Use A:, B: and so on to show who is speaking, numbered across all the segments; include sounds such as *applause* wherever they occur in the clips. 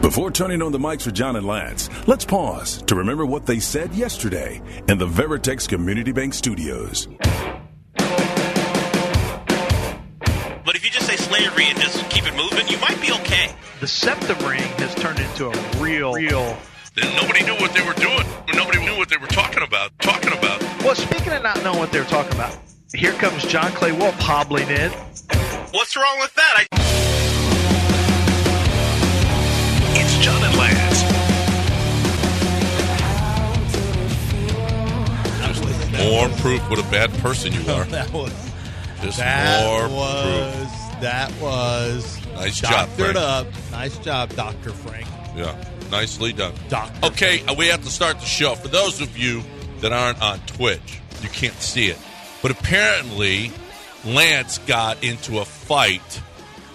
A: Before turning on the mics for John and Lance, let's pause to remember what they said yesterday in the Veritex Community Bank Studios.
B: But if you just say slavery and just keep it moving, you might be okay.
C: The septum ring has turned into a real, real.
D: Then nobody knew what they were doing. Nobody knew what they were talking about. Talking about.
C: Well, speaking of not knowing what they were talking about, here comes John Clay Wolf hobbling in.
B: What's wrong with that? I-
E: it's John and Lance.
F: *laughs*
D: More proof what a bad person you
G: *laughs*
D: are.
G: that was
D: Just
G: that
D: more
G: was that was
D: Nice job,
G: doctored
D: Frank.
G: up. Nice job, Doctor Frank.
D: proof. Yeah, nicely done.
G: Doctor.
D: Okay, uh, we have to start the show. For those of you that aren't on Twitch, you can't see it. But apparently, Lance got into a fight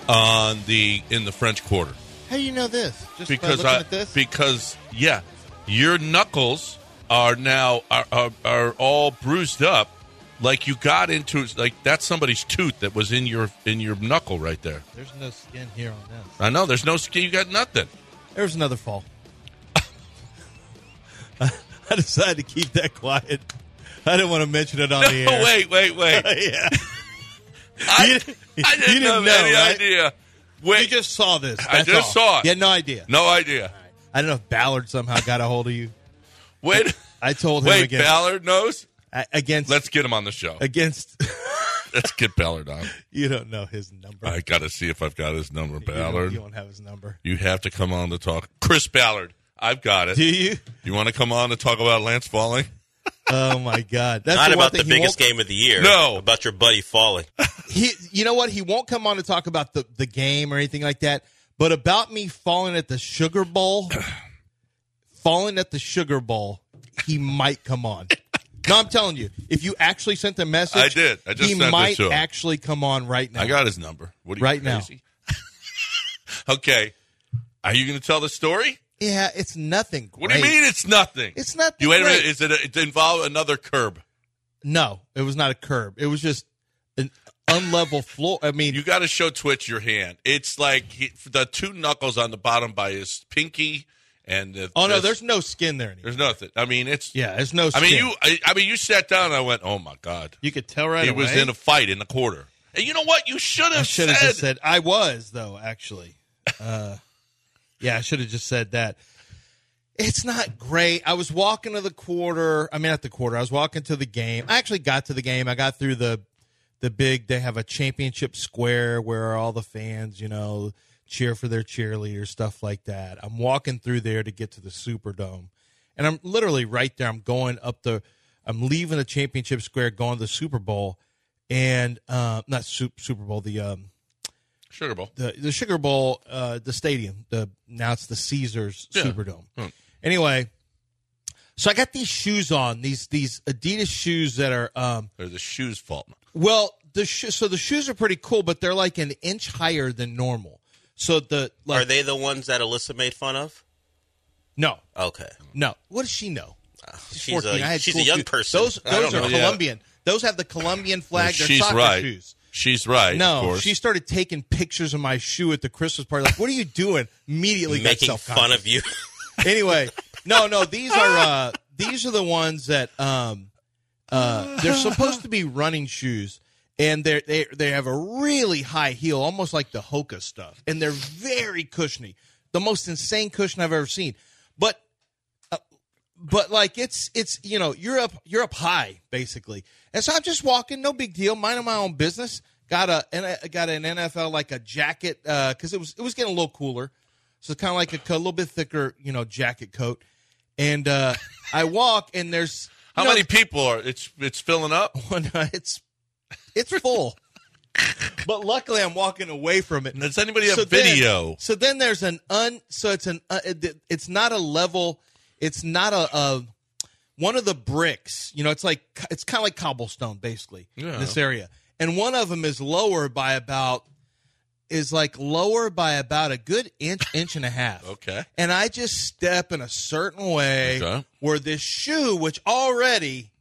D: on the in the French Quarter
G: How do you know this? Just by
D: because
G: looking
D: I
G: at this.
D: because yeah, your knuckles are now are, are are all bruised up. Like you got into like that's somebody's tooth that was in your in your knuckle right there.
G: There's no skin here on this.
D: I know. There's no skin. You got nothing.
G: There was another fall. *laughs* I decided to keep that quiet. I didn't want to mention it on
D: No,
G: the air.
D: *laughs* wait, wait, wait.
G: Oh, *laughs* yeah.
D: I,
G: You-
D: I didn't,
G: you didn't
D: have
G: know,
D: any
G: right?
D: idea.
G: You
D: Wait,
G: just saw this.
D: I
G: that's
D: just
G: all.
D: saw it.
G: You had no idea.
D: no idea.
G: I don't know if Ballard somehow got a hold of you.
D: Wait,
G: I told him
D: *laughs* wait.
G: against
D: Ballard knows.
G: a- against
D: Let's get him on the show.
G: against. *laughs*
D: Let's get Ballard on.
G: you don't know his number.
D: I got to see if I've got his number,
G: You don't-
D: Ballard.
G: You don't have his number.
D: You have to come on to talk. Chris Ballard, I've got it.
G: Do you?
D: You want to come on to talk about Lance falling?
G: Oh my God! That's
B: Not
G: the one
B: about the
G: thing he
B: biggest
G: won't-
B: game of the year.
D: No.
B: About your buddy falling.
G: He, you know what? He won't come on to talk about the the game or anything like that. But about me falling at the Sugar Bowl, *clears throat* falling at the Sugar Bowl, he might come
D: *laughs*
G: on. No, I'm telling you, if you actually sent the message,
D: I did. I just
G: he
D: sent it
G: might
D: to him.
G: actually come on right now.
D: I got his number. What are you
G: Right now.
D: crazy? *laughs* okay. Are you going to tell the story?
G: yeah, it's nothing.
D: What do
G: great.
D: you mean it's nothing?
G: It's nothing
D: You wait a minute.
G: great.
D: Is it? it involved another curb?
G: No, it was not a curb. It was just an unlevel floor. I mean,
D: You got to show Twitch your hand. It's like he, the two knuckles on the bottom by his pinky and the,
G: oh no,
D: this-
G: there's no skin there anymore.
D: there's nothing. I mean, it's.
G: Yeah, there's no.
D: I
G: Skin.
D: mean, you. I, I mean, you sat down. and I went, oh my god.
G: You could tell right
D: he
G: away.
D: was in a fight in the quarter. And you know what? You should
G: I
D: *laughs* have
G: should
D: said,
G: have just said I was though. Actually, uh, yeah, I should have just said that. It's not great. I was walking to the quarter. I mean, at the quarter, I was walking to the game. I actually got to the game. I got through the the big. They have a championship square where all the fans, you know, cheer for their cheerleaders, stuff like that. I'm walking through there to get to the Superdome, and I'm literally right there. I'm going up the. I'm leaving the championship square, going to the Super Bowl, and uh, not Su- Super Bowl, the um,
D: Sugar Bowl.
G: the the Sugar Bowl, uh, the stadium. The now it's the Caesars
D: Yeah.
G: Superdome.
D: Hmm.
G: Anyway, so I got these shoes on these these Adidas shoes that are um,
D: Or the shoes fault.
G: well the sho so the shoes are pretty cool, but they're like an inch higher than normal. So the like
B: Are they the ones that Alyssa made fun of?
G: no
B: Okay.
G: no what does she know?
B: She's,
G: 14. I
B: a,
G: had
B: she's
G: cool
B: a young
G: shoes.
B: person.
G: Those
D: I don't
G: those are
D: know. Yeah.
G: Colombian. Those have the Colombian flag. They're
D: she's
G: soccer
D: right.
G: shoes.
D: She's right. of
G: No,
D: course.
G: she started taking pictures of my shoe at the Christmas party. Like, what are you doing? Immediately got
B: making
G: self-conscious.
B: fun of you. *laughs*
G: anyway, no, no, these are uh these are the ones that um uh they're supposed to be running shoes and they they they have a really high heel, almost like the Hoka stuff, and they're very cushiony. The most insane cushion I've ever seen. But uh, but like it's it's you know you're up you're up high basically and so i'm just walking no big deal minding my own business got a and I got an nfl like a jacket because it was it was getting a little cooler so it's kind of like a, co- little bit thicker you know jacket coat and uh i walk and there's
D: How
G: you know,
D: many people are? It's it's filling up. *laughs*
G: one- *laughs* it's it's full but luckily i'm walking away from it
D: Does anybody have
G: so then-
D: video?
G: so then there's an un. So it's an. Uh, it- it's not a level. It's not a. a one of the bricks, you know, it's like it's kind of like cobblestone basically
D: Yeah.
G: in this area, and one of them is lower by about is like lower by about a good inch, inch and a half.
D: Okay.
G: and I just step in a certain way
D: Okay.
G: where this shoe, which already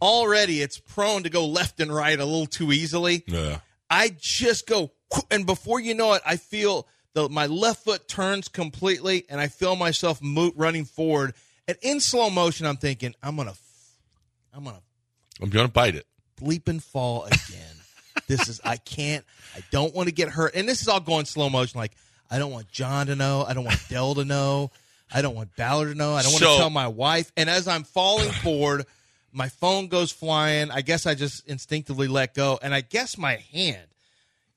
G: already it's prone to go left and right a little too easily.
D: Yeah.
G: I just go, and before you know it, I feel the, my left foot turns completely, and I feel myself mo- running forward. And in slow motion, I'm thinking, I'm gonna, f- I'm gonna
D: I'm gonna bite it.
G: bleep and fall again. this is I can't. I don't want to get hurt. And this is all going slow motion. Like I don't want John to know. I don't want Dell to know. I don't want Ballard to know. I don't want
D: So-
G: to tell my wife. And as I'm falling forward, my phone goes flying. I guess I just instinctively let go, and I guess my hand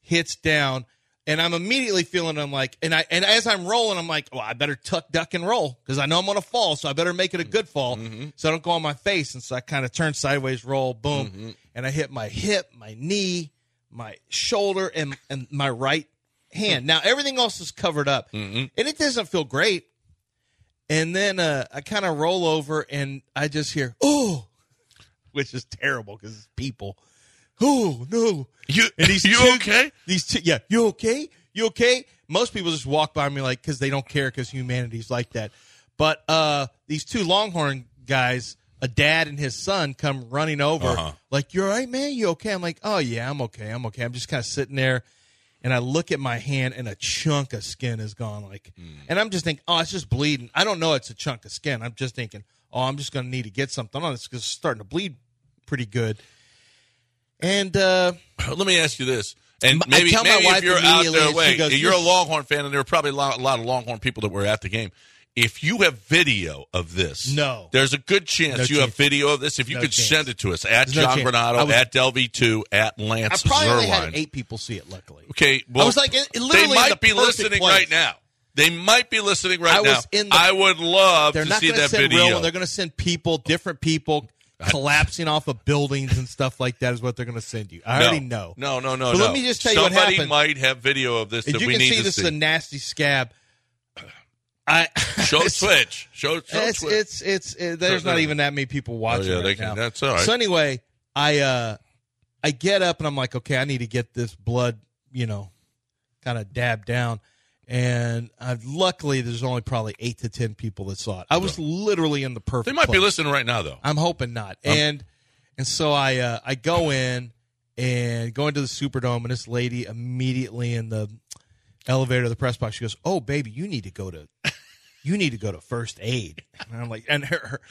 G: hits down. And I'm immediately feeling I'm like, and I and as I'm rolling, I'm like, well, I better tuck, duck, and roll because I know I'm gonna fall, so I better make it a good fall, so I don't go on my face. And so I kind of turn sideways, roll, boom, and I hit my hip, my knee, my shoulder, and and my right hand. Now everything else is covered up, and it doesn't feel great. And then uh, I kind of roll over, and I just hear, "Ooh," which is terrible because it's people. Oh no!
D: You
G: And these
D: *laughs* you
G: two-
D: okay?
G: These two, yeah, you okay? You okay? Most people just walk by me like because they don't care because humanity's like that. But uh, these two Longhorn guys, a dad and his son, come running over
D: Uh-huh.
G: like, "You're all right, man. You okay?" I'm like, "Oh yeah, I'm okay. I'm okay. I'm just kind of sitting there." And I look at my hand, and a chunk of skin is gone. Like, and I'm just thinking, "Oh, it's just bleeding." I don't know it's a chunk of skin. I'm just thinking, "Oh, I'm just gonna need to get something on this because it's starting to bleed pretty good." And uh,
D: *clears throat* Let me ask you this. And
G: I
D: maybe,
G: tell my
D: maybe if
G: wife
D: you're out
G: immediately,
D: there,
G: and she
D: wait,
G: goes,
D: you're a
G: "This-
D: Longhorn fan, and there were probably a lot, a lot of Longhorn people that were at the game. If you have video of this,
G: No.
D: there's a good chance
G: No
D: you have
G: chance.
D: video of this. If you
G: No
D: could
G: chance.
D: send it to us at
G: There's no
D: John
G: chance. I
D: Granado,
G: was-
D: at Delv2, at
G: I
D: Lance
G: probably only
D: Zerline.
G: had eight people see it. Luckily,
D: Okay, well,
G: I was like, it- it literally
D: they
G: in
D: might
G: the
D: be
G: perfect
D: listening
G: place.
D: right now. They might be listening right
G: I
D: now.
G: was in the-
D: I would love
G: they're
D: to
G: not
D: see
G: going to
D: that
G: send
D: video.
G: real one. They're going to send people, different people, collapsing off of buildings and stuff like that is what they're going to send you. I
D: no.
G: already know.
D: No, no, no.
G: But
D: no.
G: let me just tell you what
D: Somebody
G: happened.
D: might have video of this
G: If
D: that
G: you
D: we
G: can
D: need
G: see
D: to
G: this
D: see.
G: is a nasty scab. I *laughs*
D: show Twitch. Show, show
G: it's,
D: Twitch.
G: it's it's it- there's
D: Show
G: not
D: Twitch.
G: even that many people watching.
D: Oh, yeah, they
G: right
D: can-
G: now.
D: that's all right.
G: So anyway, I uh I get up and I'm like, okay, I need to get this blood, you know, kind of dabbed down. And I've, luckily, there's only probably eight to ten people that saw it. I was literally in the perfect.
D: They might be
G: place.
D: listening right now, though.
G: I'm hoping not. and and so I uh, I go in and go into the Superdome, and this lady immediately in the elevator to the press box, she goes, "Oh, baby, you need to go to, you need to go to first aid." And I'm like, and her, her-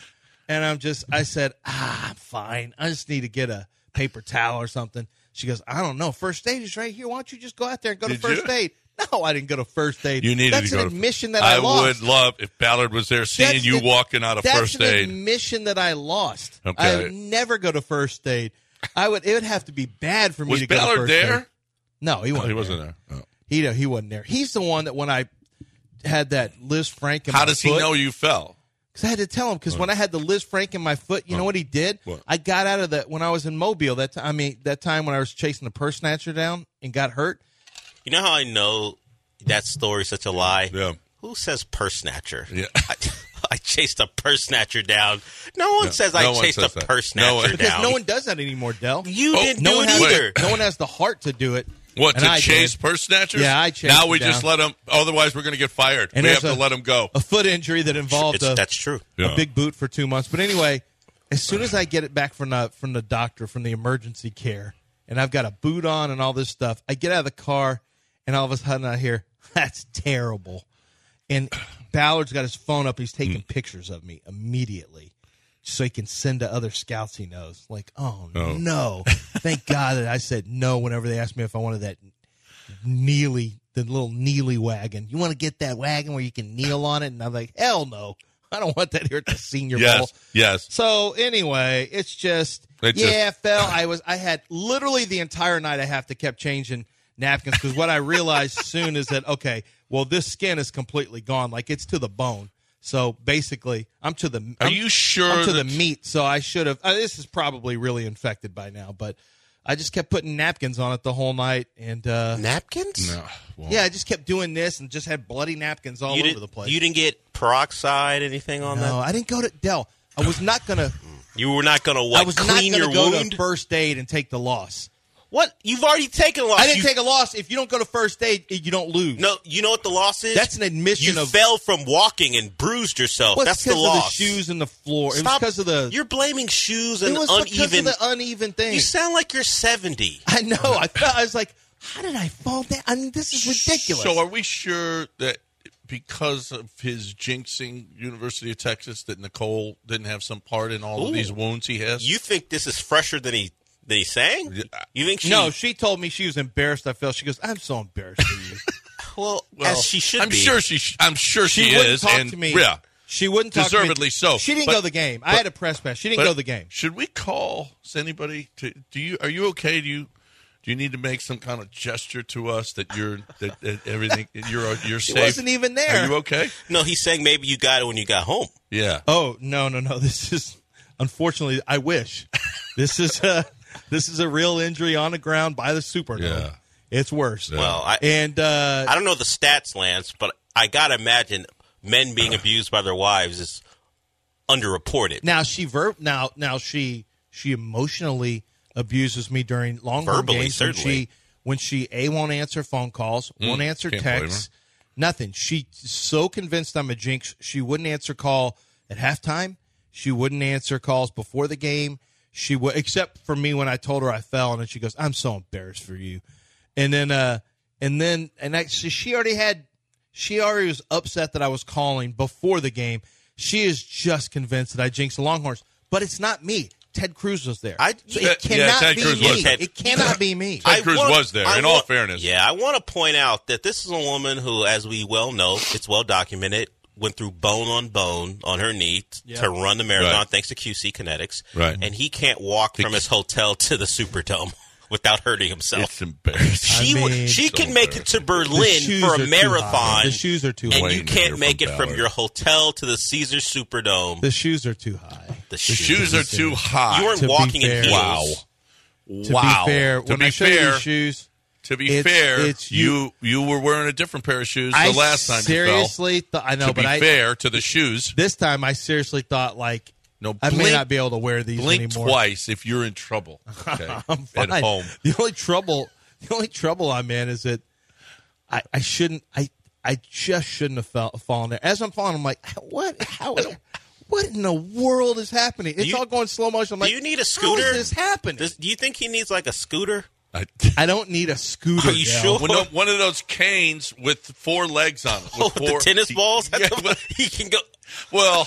G: and I'm just, I said, "Ah, I'm fine. I just need to get a paper towel or something." She goes, "I don't know. First aid is right here. Why don't you just go out there and go
D: Did
G: to first
D: you?
G: aid?" No, I didn't go to first aid.
D: You needed
G: That's
D: to go
G: an
D: to-
G: admission that I, lost.
D: would love if Ballard was there seeing
G: That's
D: you
G: the-
D: walking out of
G: That's
D: first
G: an
D: aid.
G: admission that I lost.
D: Okay.
G: I would never go to first aid. I would. It would have to be bad for me
D: was
G: to go to
D: Ballard
G: first
D: there?
G: aid. No, he
D: No,
G: wasn't.
D: he wasn't there. Oh.
G: He no, he wasn't there. He's the one that when I had that Liz Frank. In
D: How
G: my
D: does he
G: foot-
D: know you fell?
G: because I had to tell him. Because when I had the Liz Frank in my foot, you know what he did?
D: What?
G: I got out of that when I was in Mobile. That t- I mean, that time when I was chasing the purse snatcher down and got hurt.
B: You know how I know that story's such a lie?
D: Yeah.
B: Who says purse snatcher?
D: Yeah.
B: *laughs* I, I chased a purse snatcher down. No one says I
D: no one
B: chased
D: says
B: a
D: that.
B: purse
D: No one-
B: snatcher
G: Because
B: down.
G: no one does that anymore, Dell.
B: you
D: Oh,
B: didn't
G: no
B: do
G: one
B: it
G: has
B: either.
G: The, no one has the heart to do it.
D: What
G: and
D: to
G: I
D: chase
G: did.
D: purse snatchers?
G: Yeah, I chased
D: Now
G: him
D: we
G: down.
D: just let them. Otherwise, we're going to get fired.
G: And
D: we have
G: there's
D: to
G: a-
D: let them go.
G: a foot injury that involved
B: It's-
G: a,
B: that's true.
D: Yeah.
G: a big boot for two months. But anyway, as soon as I get it back from the from the doctor from the emergency care, and I've got a boot on and all this stuff, I get out of the car, and all of a sudden I hear *laughs* that's terrible, and Ballard's got his phone up. He's taking pictures of me immediately. So he can send to other scouts he knows. Like, oh, no!
D: *laughs*
G: Thank God that I said no whenever they asked me if I wanted that Neely, the little Neely wagon. You want to get that wagon where you can kneel on it? And I'm like, hell no. I don't want that here at the senior bowl.
D: yes, yes.
G: So anyway, it's just
D: It just-
G: yeah, fell. I was I had literally the entire night I have to kept changing napkins because what I realized *laughs* soon is that okay, well this skin is completely gone, like it's to the bone. So basically, I'm to the.
D: Are
G: I'm-
D: you sure
G: I'm to the
D: that-
G: meat? So I should have. Uh, this is probably really infected by now, but I just kept putting napkins on it the whole night, and uh,
B: Napkins?
D: No, well,
G: yeah, I just kept doing this and just had bloody napkins all
B: You
G: over
B: didn't,
G: the place.
B: you didn't get peroxide, anything on
G: no, I didn't go to Dell. I was not gonna.
B: You were not going to
G: I
B: what?
G: was
B: Clean
G: not
B: your
G: gonna go
B: wound.
G: to first aid and take the loss.
B: what? You've already taken a loss.
G: I didn't
B: You-
G: take a loss. If you don't go to first aid, you don't lose.
B: *laughs* No, you know what the loss is?
G: That's an admission
B: you
G: of-
B: fell from walking and bruised yourself.
G: Well, it's
B: That's the
G: because of the
B: loss.
G: shoes and the floor. It
B: Stop.
G: was because of the.
B: You're blaming shoes
G: it
B: and
G: was because
B: uneven.
G: of the uneven thing.
B: you sound like you're 70.
G: I know. I felt. I was like, how did I fall down? I mean, this is ridiculous.
D: So are we sure that because of his jinxing University of Texas that Nicole didn't have some part in all
B: Ooh.
D: of these wounds he has?
B: You think this is fresher than he than he sang? You think she?
G: no, she told me she was embarrassed. I felt. She goes, I'm so embarrassed for you.
B: Well,
D: Well,
B: as she should
D: I'm
B: be.
D: sure she. sh- I'm sure *laughs* she,
G: she wouldn't
D: is.
G: talk
D: and
G: to me.
D: yeah,
G: She wouldn't talk to
D: Deservedly
G: me.
D: so.
G: She didn't
D: But-
G: go the game. I had a press pass. She didn't
D: But
G: go the game.
D: Should we call is anybody? To, do you are you okay? Do you do you need to make some kind of gesture to us that you're that, that everything that you're
G: *laughs*
D: you're
G: She
D: safe?
G: wasn't even there.
D: Are you okay?
B: No, he's saying maybe you got it when you got home.
D: Yeah.
G: Oh no, no, *laughs* no! This is unfortunately. I wish this is a *laughs* this is a real injury on the ground by the Superdome.
D: Yeah.
G: It's worse.
B: Well, I-
G: and uh,
B: I don't know the stats, Lance, but I gotta imagine men being abused by their wives is underreported.
G: now she ver- now now she she emotionally abuses me during long
B: Verbally,
G: games when she
B: certainly.
G: when she a won't answer phone calls, won't answer
D: Mm, can't blame
G: texts, nothing. She's so convinced I'm a jinx. She wouldn't answer call at halftime. She wouldn't answer calls before the game. She would except for me when I told her I fell, and then she goes, "I'm so embarrassed for you." And then uh and then and I, so she already had she already was upset that I was calling before the game. She is just convinced that I jinxed the Longhorns, but it's not me. Ted Cruz was there.
B: I-
G: so
D: Yeah,
G: it cannot
D: Ted
G: be
D: Cruz
G: me.
D: was
B: there.
G: It cannot be me.
D: Ted Cruz
B: wanna-
D: was there,
B: I
D: in all
B: wa-
D: fairness.
B: Yeah, I want to point out that this is a woman who, as we well know, it's well documented, went through bone on bone on her knee t- to run the marathon
D: Right.
B: thanks to QC Kinetics.
D: Right.
B: And he can't walk from his hotel to the Superdome *laughs* without hurting himself.
D: It's embarrassing.
B: She,
G: I
B: wa-
G: mean,
B: she
D: so
B: can make it to
G: The
B: Berlin
G: shoes
B: for
G: are
B: a
G: too high.
B: marathon,
G: The shoes are too
B: and
G: high.
D: Wait
B: you
D: a
B: can't
D: minute,
B: make
D: from
B: it from
D: Ballard.
B: your hotel to the Caesar Superdome.
G: The shoes are too high.
B: The
D: The *laughs* shoes are too high.
B: You weren't
G: To be
B: walking in
G: fair-
B: heels.
D: wow.
G: To
D: wow.
G: be fair,
D: to
G: when
D: be
G: I showed you
D: fair,
G: these shoes,
D: to be
G: it's-
D: fair,
G: it's
D: you,
G: you-
D: you were wearing a different pair of shoes
G: I
D: the last time you fell.
G: seriously thought I know,
D: to
G: but
D: be
G: I
D: fair to the shoes,
G: this time I seriously thought like
D: No,
G: I may
D: blink-
G: not be able to wear these
D: blink
G: anymore.
D: twice if you're in trouble.
G: *laughs*
D: Okay, at
G: Fine.
D: home.
G: The only trouble, the only trouble I'm in is that I, I shouldn't, I, I just shouldn't have fell, fallen there. As I'm falling, I'm like, what, how,
D: *laughs*
G: what in the world is happening? It's
B: you-
G: all going slow motion. I'm
B: Do
G: like,
B: you need a
G: How
B: scooter?
G: is this happening?
B: Does- do you think he needs like a scooter? *laughs*
D: I,
G: I don't need a scooter.
B: Are you
G: Dale.
B: sure?
D: Well, no, *laughs* one of those canes with four legs on it. With
B: Oh, with
D: four-
B: the tennis balls? *laughs*
D: Yeah,
B: That's
D: well,
B: what- he can go.
D: well,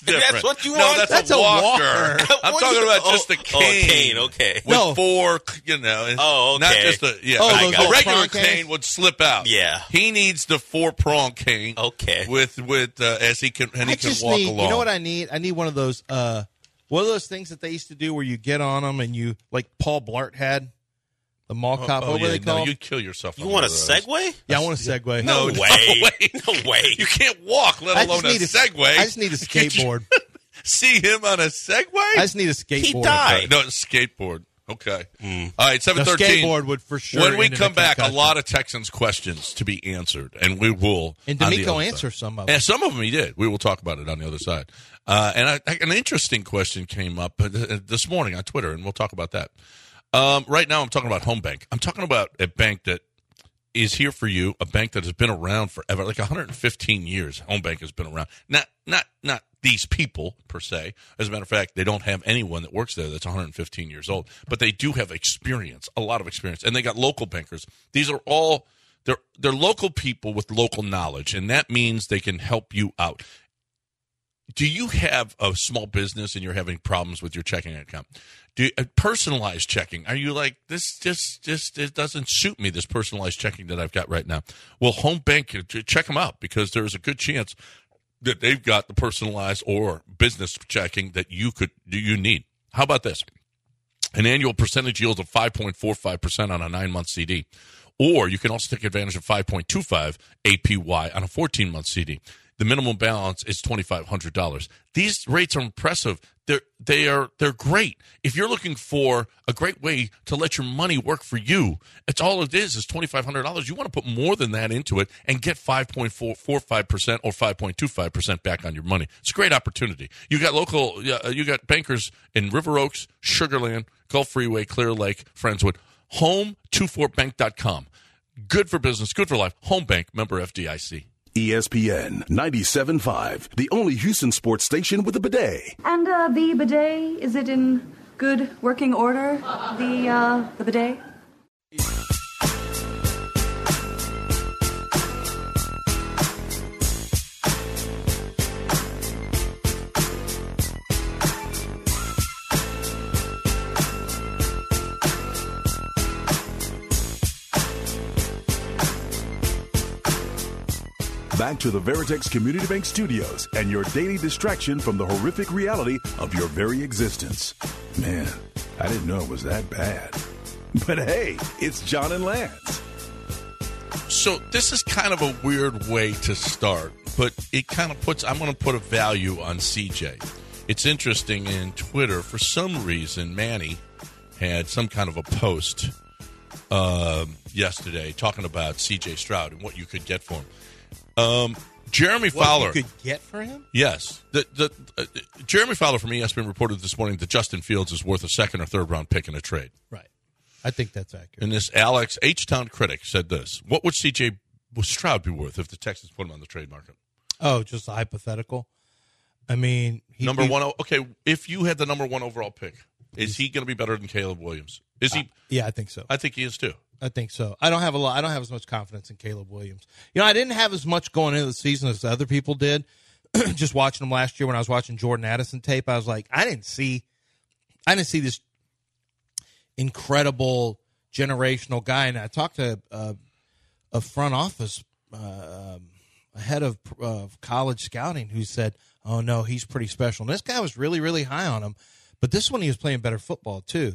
B: *laughs* That's
D: different.
B: what you
D: no,
B: want?
D: That's,
G: That's
D: a
G: a
D: walker.
G: walker.
D: *laughs*
B: *laughs*
D: I'm
B: What
D: talking
B: you-
D: about just
B: oh,
D: a
B: oh,
D: cane.
B: cane, okay.
D: With
G: No.
D: four, you know.
B: Oh,
D: Not
B: okay.
D: just a, yeah.
G: Oh,
D: I
G: those
D: got
G: little
D: a regular
G: prong canes?
D: cane would slip out.
B: Yeah.
D: He needs the four prong cane.
B: Okay.
D: With, with, uh, as he can, and he
G: I
D: can
G: just
D: walk
G: need,
D: along.
G: you know what I need? I need one of those, uh, one of those things that they used to do where you get on them and you, like Paul Blart had, the mall cop,
D: Oh,
G: what
D: yeah,
G: were they
D: no,
G: called?
D: you kill yourself.
B: You
D: on
B: want a
D: one of those.
B: Segway?
G: yeah, I want a segue.
D: No,
B: No
D: no
B: way.
D: *laughs* way.
B: No way.
D: You can't walk, let
G: I
D: alone
G: just
D: a
G: need
D: Segway.
G: I just
D: *laughs*
G: need a
D: Can't you
G: skateboard.
D: See him on a Segway?
G: I just need a skateboard.
B: He died.
D: No, it's skateboard. Okay. All right,
G: The
D: 713.
G: Mm. skateboard would for sure.
D: when we
G: end in
D: come back, a
G: concussion.
D: lot of Texans questions to be answered, and we will.
G: And
D: on the
G: D'Amico
D: other side.
G: answers some of them.
D: And some of them he did. We will talk about it on the other side. Uh, and I, an interesting question came up uh, th- this morning on Twitter, and we'll talk about that. Um, right now, I'm talking about Home Bank. I'm talking about a bank that is here for you, a bank that has been around forever, like 115 years. Home Bank has been around. Not not not these people per se. As a matter of fact, they don't have anyone that works there that's 115 years old, but they do have experience, a lot of experience, and they got local bankers. These are all they're they're local people with local knowledge, and that means they can help you out do you have a small business and you're having problems with your checking account? Do you, uh, personalized checking? Are you like this? Just, just it doesn't suit me. This personalized checking that I've got right now. Well, Home Bank, uh, ch- check them out because there's a good chance that they've got the personalized or business checking that you could do. You need. How about this? an annual percentage yield of 5.45% on a nine month CD. Or you can also take advantage of 5.25 APY on a 14 month CD. The minimum balance is twenty five hundred dollars. These rates are impressive. They're they are they're great. If you're looking for a great way to let your money work for you, it's all it is is twenty five hundred dollars. You want to put more than that into it and get five point four four five percent or five point two five percent back on your money. It's a great opportunity. You got local. Uh, you got bankers in River Oaks, Sugarland, Gulf Freeway, Clear Lake, Friendswood. Home24bank.com. Good for business, good for life. Home Bank, member FDIC.
A: E ESPN 97.5, the only Houston sports station with a bidet.
H: And uh, the bidet, is it in good working order? The uh, the bidet?
A: Back to the Veritex Community Bank studios and your daily distraction from the horrific reality of your very existence. Man, I didn't know it was that bad. *laughs* But hey, it's John and Lance.
D: So this is kind of a weird way to start, but it kind of puts I'm going to put a value on CJ. It's interesting in Twitter for some reason Manny had some kind of a post um, yesterday talking about CJ Stroud and what you could get for him. Um, Jeremy Fowler
G: What you could get for him?
D: Yes. The, the, uh, Jeremy Fowler from E ESPN reported this morning that Justin Fields is worth a second or third round pick in a trade.
G: Right. I think that's accurate.
D: And this Alex H Town critic said this What would CJ Stroud be worth if the Texans put him on the trade market?
G: Oh, just a hypothetical. I mean, he
D: number
G: be-
D: one o Okay, if you had the number one overall pick, is he going to be better than Caleb Williams? Is
G: Uh,
D: he?
G: Yeah, I think so.
D: I think he is too.
G: I think so. I don't have a lot. I don't have as much confidence in Caleb Williams. You know, I didn't have as much going into the season as other people did. *clears throat* Just watching him last year when I was watching Jordan Addison tape, I was like, I didn't see, I didn't see this incredible generational guy. And I talked to uh, a front office, uh, um, a head of uh, college scouting, who said, "Oh no, he's pretty special." And this guy was really, really high on him. But this one, he was playing better football too.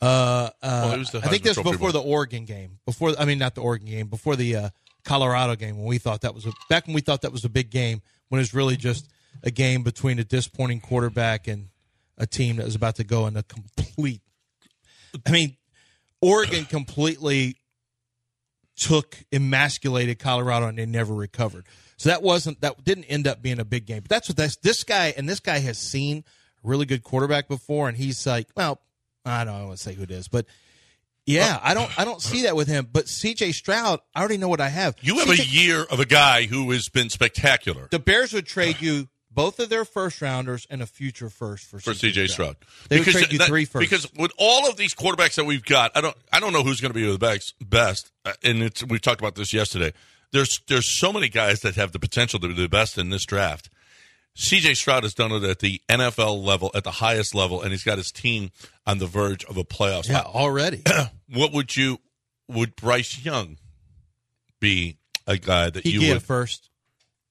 G: Uh, uh,
D: he was the
G: I think
D: Heisman
G: this was
D: Trophy
G: before
D: winner.
G: the Oregon game. Before, I mean, not the Oregon game. Before the uh, Colorado game, when we thought that was a, back when we thought that was a big game, when it was really just a game between a disappointing quarterback and a team that was about to go in a complete. I mean, Oregon completely took emasculated Colorado and they never recovered. So that wasn't that didn't end up being a big game. But that's what that's this guy and this guy has seen a really good quarterback before and he's like, well, I don't want to say who it is, but yeah, I don't I don't see that with him. But CJ Stroud, I already know what I have.
D: You have
G: CJ
D: a year of a guy who has been spectacular
G: the Bears would trade you both of their first rounders and a future first for,
D: for CJ Stroud.
G: They would trade you three first.
D: Because with all of these quarterbacks that we've got, I don't I don't know who's going to be the best. Best, Uh, and it's, we talked about this yesterday. There's there's so many guys that have the potential to be the best in this draft. CJ Stroud has done it at the NFL level, at the highest level, and he's got his team on the verge of a playoff
G: Yeah,
D: spot.
G: already.
D: What would you would Bryce Young be a guy that
G: He
D: you
G: get a
D: would
G: first.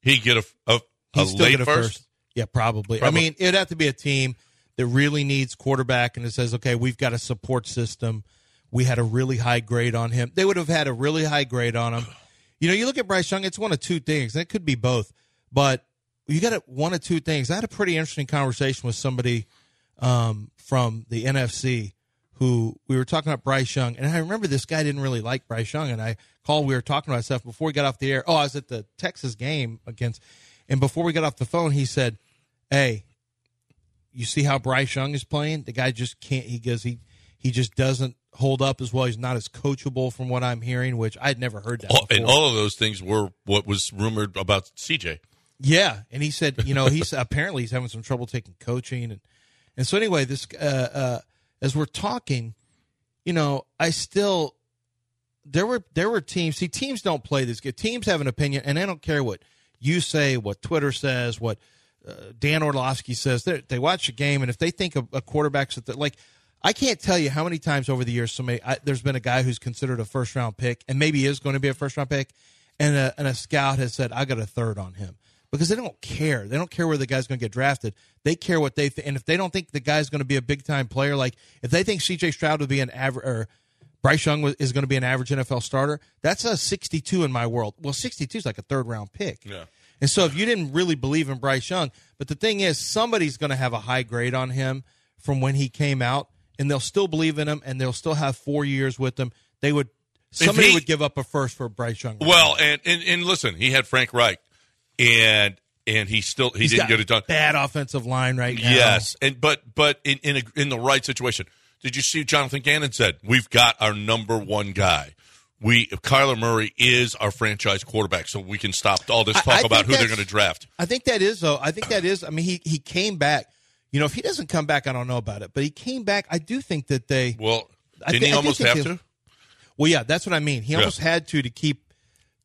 D: he get a a, a
G: He'd still
D: late
G: get a
D: first?
G: Yeah, probably.
D: Probably.
G: I mean, it'd have to be a team that really needs quarterback and it says, okay, we've got a support system. We had a really high grade on him. They would have had a really high grade on him. You know, you look at Bryce Young, it's one of two things, and it could be both, but you got one of two things. I had a pretty interesting conversation with somebody um, from the NFC who we were talking about Bryce Young, and I remember this guy didn't really like Bryce Young, and I called. We were talking about stuff before we got off the air. Oh, I was at the Texas game against, and before we got off the phone, he said, "Hey, you see how Bryce Young is playing? The guy just can't. He goes he he just doesn't hold up as well. He's not as coachable from what I'm hearing, which I'd never heard that.
D: All-
G: before.
D: Oh, and all of those things were what was rumored about CJ.
G: Yeah, and he said, you know, he's apparently he's having some trouble taking coaching, and and so anyway, this uh, uh, as we're talking, you know, I still there were there were teams. See, teams don't play this good. Teams have an opinion, and they don't care what you say, what Twitter says, what uh, Dan Orlovsky says. They they watch a game, and if they think a, a quarterback's at the, like. I can't tell you how many times over the years somebody I, there's been a guy who's considered a first round pick and maybe is going to be a first round pick, and a, and a scout has said I got a third on him because they don't care. They don't care where the guy's going to get drafted. They care what they th- and if they don't think the guy's going to be a big time player, like if they think C.J. Stroud would be an average or Bryce Young wa- is going to be an average NFL starter, that's a 62 in my world. Well, 62 is like a third round pick.
D: Yeah.
G: And so if you didn't really believe in Bryce Young, but the thing is, somebody's going to have a high grade on him from when he came out, and they'll still believe in him, and they'll still have four years with him. They would somebody
D: he-
G: would give up a first for Bryce Young.
D: Well, and, and and listen, he had Frank Reich, and and he still he
G: He's
D: didn't
G: got
D: get it done.
G: Bad offensive line right now.
D: Yes, and but but in in, a, in the right situation. Did you see Jonathan Gannon said we've got our number one guy. We Kyler Murray is our franchise quarterback, so we can stop all this
G: I-
D: talk
G: I think
D: about who they're
G: that's-
D: going to draft.
G: I think that is though. I think that is. I mean, he he came back. You know, if he doesn't come back, I don't know about it. But he came back. I do think that they.
D: Well,
G: I
D: didn't
G: thi-
D: he
G: I do
D: almost
G: think
D: have
G: he'll-
D: to?
G: Well, yeah, that's what I mean. He almost had to to keep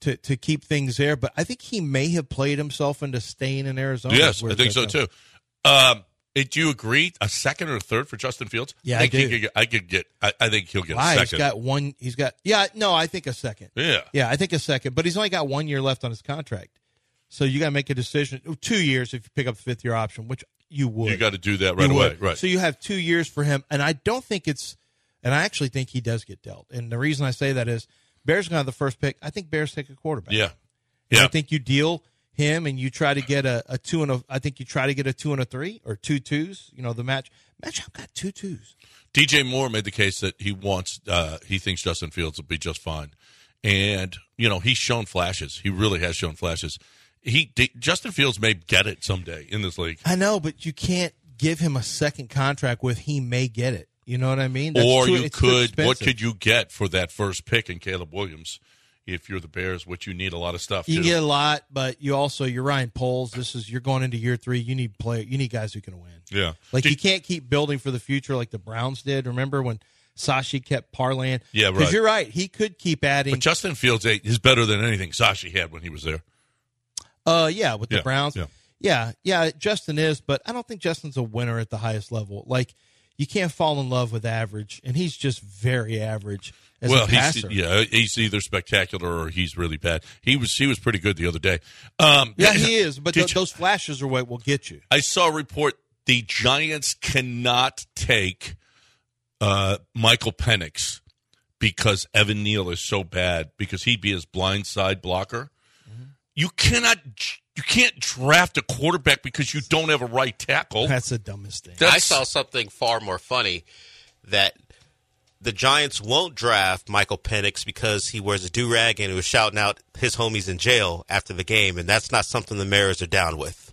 G: to to keep things there. But I think he may have played himself into staying in Arizona.
D: Yes,
G: Where
D: I think so
G: that's
D: too. Um, eh, do you agree? A second or a third for Justin Fields?
G: Yeah,
D: I think
G: I
D: he
G: do.
D: Could get, I could get. I, I think he'll get
G: Why?
D: a
G: He's
D: second.
G: got one. He's got. Yeah, no, I think a second.
D: yeah,
G: Yeah, I think a second. But he's only got one year left on his contract, so you got to make a decision. oh, Two years if you pick up the fifth year option, which you would.
D: you got to do that right
G: You
D: away.
G: would.
D: Right.
G: So you have two years for him, and I don't think it's. And I actually think he does get dealt. And the reason I say that is Bears gonna have the first pick. I think Bears take a quarterback.
D: yeah.
G: And
D: Yeah.
G: I think you deal him and you try to get a, a two and a I think you try to get a two and a three or two twos, you know, the match. Match up got two twos.
D: DJ Moore made the case that he wants, uh, he thinks Justin Fields will be just fine, and you know he's shown flashes. He really has shown flashes. He D- Justin Fields may get it someday in this league,
G: I know, but you can't give him a second contract with he may get it. You know what I mean? That's
D: or
G: too-
D: you
G: it's too
D: could. What
G: expensive.
D: could you get for that first pick in Caleb Williams? If you're the Bears, which you need a lot of stuff.
G: you
D: too.
G: can get a lot, but you also you're Ryan Poles. This is you're going into year three. You need play. You need guys who can win.
D: Yeah.
G: like
D: Did-
G: you can't keep building for the future like the Browns did. Remember when Sashi kept parlaying?
D: Yeah, right.
G: Because you're right. He could keep adding.
D: But Justin Fields eh, is better than anything Sashi had when he was there.
G: Uh, yeah, with
D: Yeah,
G: the Browns.
D: yeah.
G: Yeah. yeah, Justin is, but I don't think Justin's a winner at the highest level. Like, you can't fall in love with average, and he's just very average as
D: well,
G: a
D: he's
G: passer.
D: yeah, he's either spectacular or he's really bad. He was he was pretty good the other day. Um,
G: Yeah, he is, but
D: Did
G: th-
D: you-
G: those flashes are what will get you.
D: I saw a report the Giants cannot take uh, Michael Penix because Evan Neal is so bad because he'd be his blind side blocker. You cannot you can't draft a quarterback because you don't have a right tackle.
G: That's the dumbest thing.
D: That's-
B: I saw something far more funny that the Giants won't draft Michael Penix because he wears a do rag and he was shouting out his homies in jail after the game, and that's not something the Mariners are down with.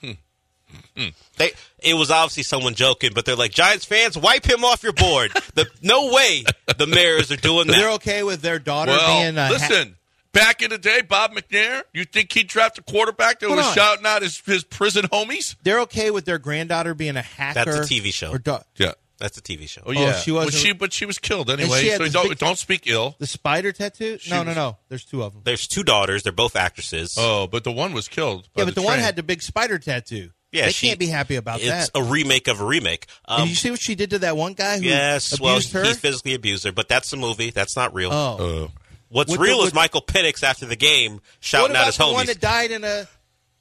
D: Hmm.
B: They, it was obviously someone joking, but they're like Giants fans, wipe him off your
D: *laughs*
B: board. The, no way the Mariners are doing
G: They're
B: that.
G: okay with their daughter
D: Well,
G: being. Uh,
D: listen. Back in the day, Bob McNair, you think he'd draft a quarterback that
G: Hold
D: was
G: on.
D: shouting out his, his prison homies?
G: they're okay with their granddaughter being a hacker.
B: TV show.
G: Or da-
D: Yeah.
B: That's a TV show.
D: Oh, yeah.
G: she
D: Well,
G: wasn't-
D: she- but she was killed anyway.
G: she had
D: so
G: this
D: don't,
G: big-
D: don't speak ill.
G: the spider tattoo? no, no,
D: was-
G: no. There's two of them.
B: There's two daughters. They're both actresses.
D: Oh, but the one was killed. by
G: Yeah, but the, one
D: train.
G: had the big spider tattoo.
B: Yeah,
G: they
B: she-
G: can't be happy about
B: it's
G: that.
B: a remake of a remake. Um,
G: Did you see what she did to that one guy who
B: yes,
G: abused
B: well,
G: her?
B: he physically abused her, but that's a movie. That's not real. Uh,
G: oh.
D: Oh.
B: What's
G: What
B: real
G: the-
B: is
G: what-
B: Michael Penix after the game shouting
G: what about
B: out his
G: the
B: homies.
G: one that died in a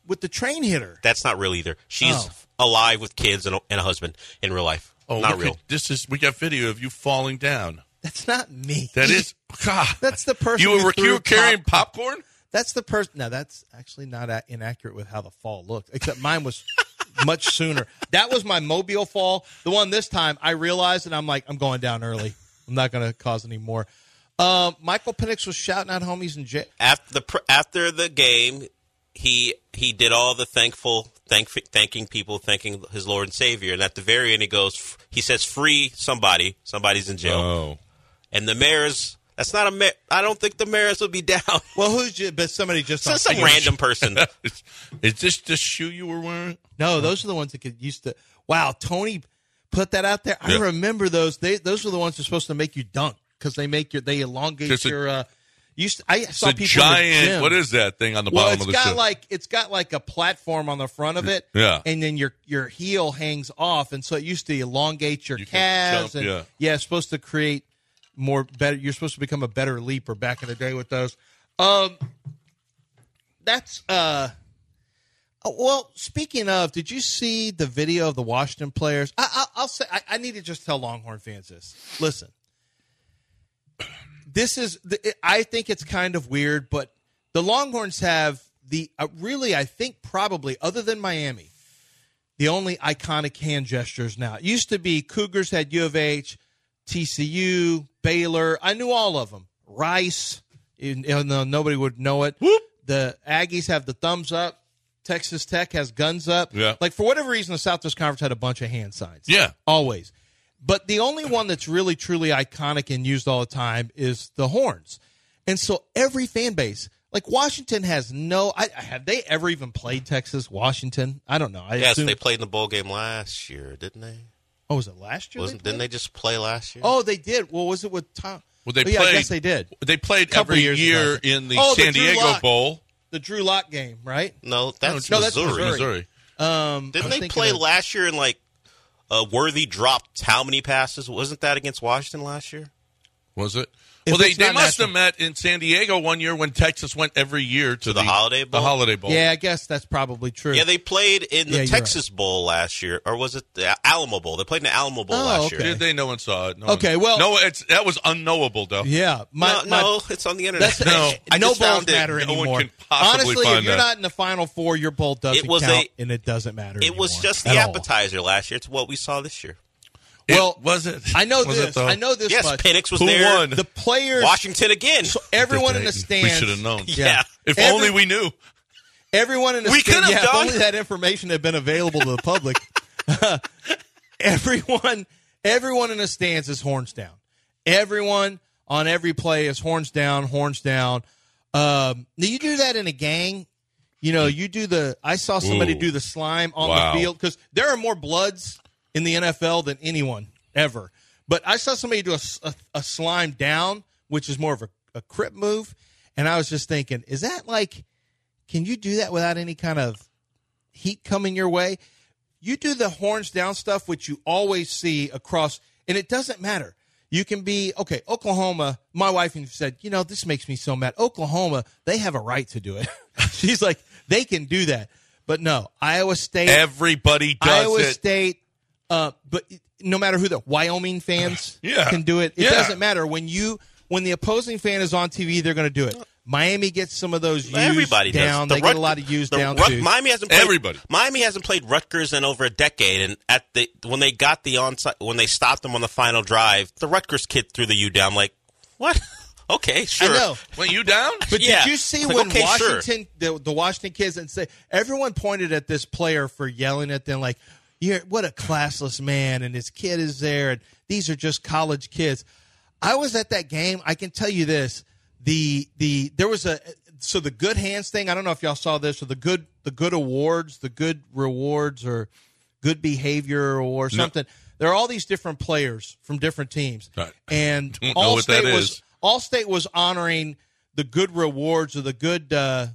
G: with the train hitter?
B: That's not real either. She's
G: Oh.
B: alive with kids and a, and a husband in real life.
D: Oh,
B: not
D: look
B: real.
D: at- this is we got video of you falling down.
G: That's not me.
D: That is *laughs* God.
G: That's the person
D: you were
G: who
D: you
G: threw
D: were carrying
G: pop-
D: popcorn.
G: *laughs* That's the person. Now that's actually not a- inaccurate with how the fall looked. Except mine was *laughs* much sooner. That was my mobile fall. The one this time, I realized, and I'm like, I'm going down early. I'm not going to cause any more. Uh, Michael Penix was shouting out homies in jail.
B: After the pr- after the game, he he did all the thankful thank thanking people, thanking his Lord and Savior, and at the very end he goes f- he says free somebody, somebody's in jail.
D: Oh,
B: And the mayor's that's not a mayor. I don't think the mayor's would be *laughs* down.
G: Well, who's ju- but somebody just
B: It's some random person.
D: is, is this the shoe you were wearing?
G: No, those are the ones that could used to. Wow, Tony put that out there. I
D: Yeah.
G: remember those. They those were the ones that are supposed to make you dunk because they make your they elongate
D: There's a-
G: your. uh, you s- I
D: It's
G: saw
D: a
G: people in the
D: giant.
G: gym.
D: What is that thing on the
G: Well,
D: bottom
G: it's
D: of the
G: got
D: shoe?
G: like it's got like a platform on the front of it,
D: Yeah.
G: And then your your heel hangs off, and so it used to elongate your
D: You can
G: calves,
D: jump,
G: and
D: yeah.
G: it's supposed to create more better. You're supposed to become a better leaper back in the day with those. Um, that's uh, oh, well. Speaking of, did you see the video of the Washington players? I, I, I'll say I, I need to just tell Longhorn fans this. Listen, this is the, I think it's kind of weird, but the Longhorns have the uh, really, I think probably other than Miami, the only iconic hand gestures now. It used to be Cougars had U of H, TCU, Baylor. I knew all of them. Rice, even even though nobody would know it. The Aggies have the thumbs up. Texas Tech has guns up.
D: Yeah.
G: Like for whatever reason, the Southwest Conference had a bunch of hand signs.
D: Yeah.
G: Always. But the only one that's really truly iconic and used all the time is the horns. And so every fan base, like Washington has no I I- have they ever even played Texas, Washington? I don't know. I
B: Yes,
G: assume,
B: they played in the bowl game last year, didn't they?
G: Oh, was it last year?
B: Wasn't
G: they
B: didn't they just play last year?
G: Oh, they did. Well, was it with Tom?
D: Well, they
G: Oh, yeah, I
D: played-
G: guess they did.
D: They played
G: Couple
D: every
G: years
D: year
G: ago.
D: in the
G: Oh, the
D: San
G: Drew
D: Diego
G: Lock.
D: Bowl.
G: The Drew Lock game, right?
B: no, that's,
G: No, that's
B: Missouri.
D: Missouri.
G: Um, I
B: Didn't
G: was
B: they
G: thinking
B: play
G: of-
B: last year in like a worthy dropped how many passes? Wasn't that against Washington last year?
D: Was it?
G: If
D: well, they,
G: it's
D: they
G: not
D: must
G: national-
D: have met in San Diego one year when Texas went every year to,
B: the Holiday Bowl?
D: The Holiday Bowl.
G: Yeah, I guess that's probably true.
B: Yeah, they played in the
G: Yeah, you're
B: Texas Bowl last year, or was it the Alamo Bowl? They played in the Alamo Bowl
G: Oh,
B: last
G: okay.
B: year.
D: Did they? No one saw it. No
G: Okay,
D: one-
G: well-
D: no, it's that was unknowable though.
G: Yeah, my,
B: no,
G: my-
B: no, it's on the internet. *laughs*
G: That's
D: No.
B: I
G: no
B: just
G: bowls
B: found it.
G: matter
D: No one
G: anymore.
D: can possibly
G: Honestly, if
D: find
G: you're
D: that.
G: not in the final four, your bowl doesn't
B: It was
G: count,
B: a-
G: and it doesn't matter.
B: It was
G: anymore
B: just the
G: at all.
B: appetizer last year. It's what we saw this year.
D: well,
G: Well,
D: was it?
G: I know
D: Was it,
G: this.
D: though?
G: I know this.
B: yes,
G: much.
B: Penix was
D: Who
B: there.
D: won?
G: The players,
B: Washington again.
G: so everyone in the
D: We
G: stands.
D: should have known.
B: Yeah.
D: If
G: Every-
D: only we knew.
G: Everyone in the
B: We
G: sta-
B: could've
G: yeah, if
B: done-
G: only that information had been available to the
B: *laughs*
G: public. everyone, everyone in the stands is horns down. Everyone on every play is horns down, horns down. Um, now you do that in a gang. You know, you do the. I saw somebody
D: Mm. Ooh.
G: do the slime on
D: Wow.
G: the field because there are more bloods in the NFL than anyone ever. But I saw somebody do a, s- a- a slime down, which is more of a, a crip move, and I was just thinking, is that like? Can you do that without any kind of heat coming your way? You do the horns down stuff, which you always see across, and it doesn't matter. You can be, okay, Oklahoma. My wife even said, you know, this makes me so mad. Oklahoma, they have a right to do it. *laughs* She's like, they can do that. But no, Iowa State.
D: Everybody does
G: Iowa
D: it.
G: State, uh, but no matter who the Wyoming
B: *laughs*
G: fans
D: Yeah.
G: can do it, it
D: Yeah.
G: doesn't matter when you when the opposing fan is on TV, they're going to do it. Miami gets some of those U's
B: Everybody
G: down.
B: does. The
G: they
B: Rut-
G: get a lot of U's
B: the
G: down
B: Rut-
G: too.
B: Miami hasn't played,
D: Everybody.
B: Miami hasn't played Rutgers in over a decade, and at the when they got the onside when they stopped them on the final drive, the Rutgers kid threw the U down. I'm like, what? *laughs* okay, sure.
G: I know.
D: Went you down?
G: But
B: Yeah.
G: did you see
B: It's like,
G: when
B: okay, sure.
G: Washington, the, the Washington kids, and say everyone pointed at this player for yelling at them like, "You're what a classless man," and his kid is there, and these are just college kids. I was at that game. I can tell you this: the the there was a so the good hands thing. I don't know if y'all saw this or the good the good awards, the good rewards, or good behavior or something. There are all these different players from different teams,
D: Right.
G: and
D: *laughs* Don't know
G: all
D: what that
G: state was
D: is.
G: Allstate was honoring the good rewards or the good, uh,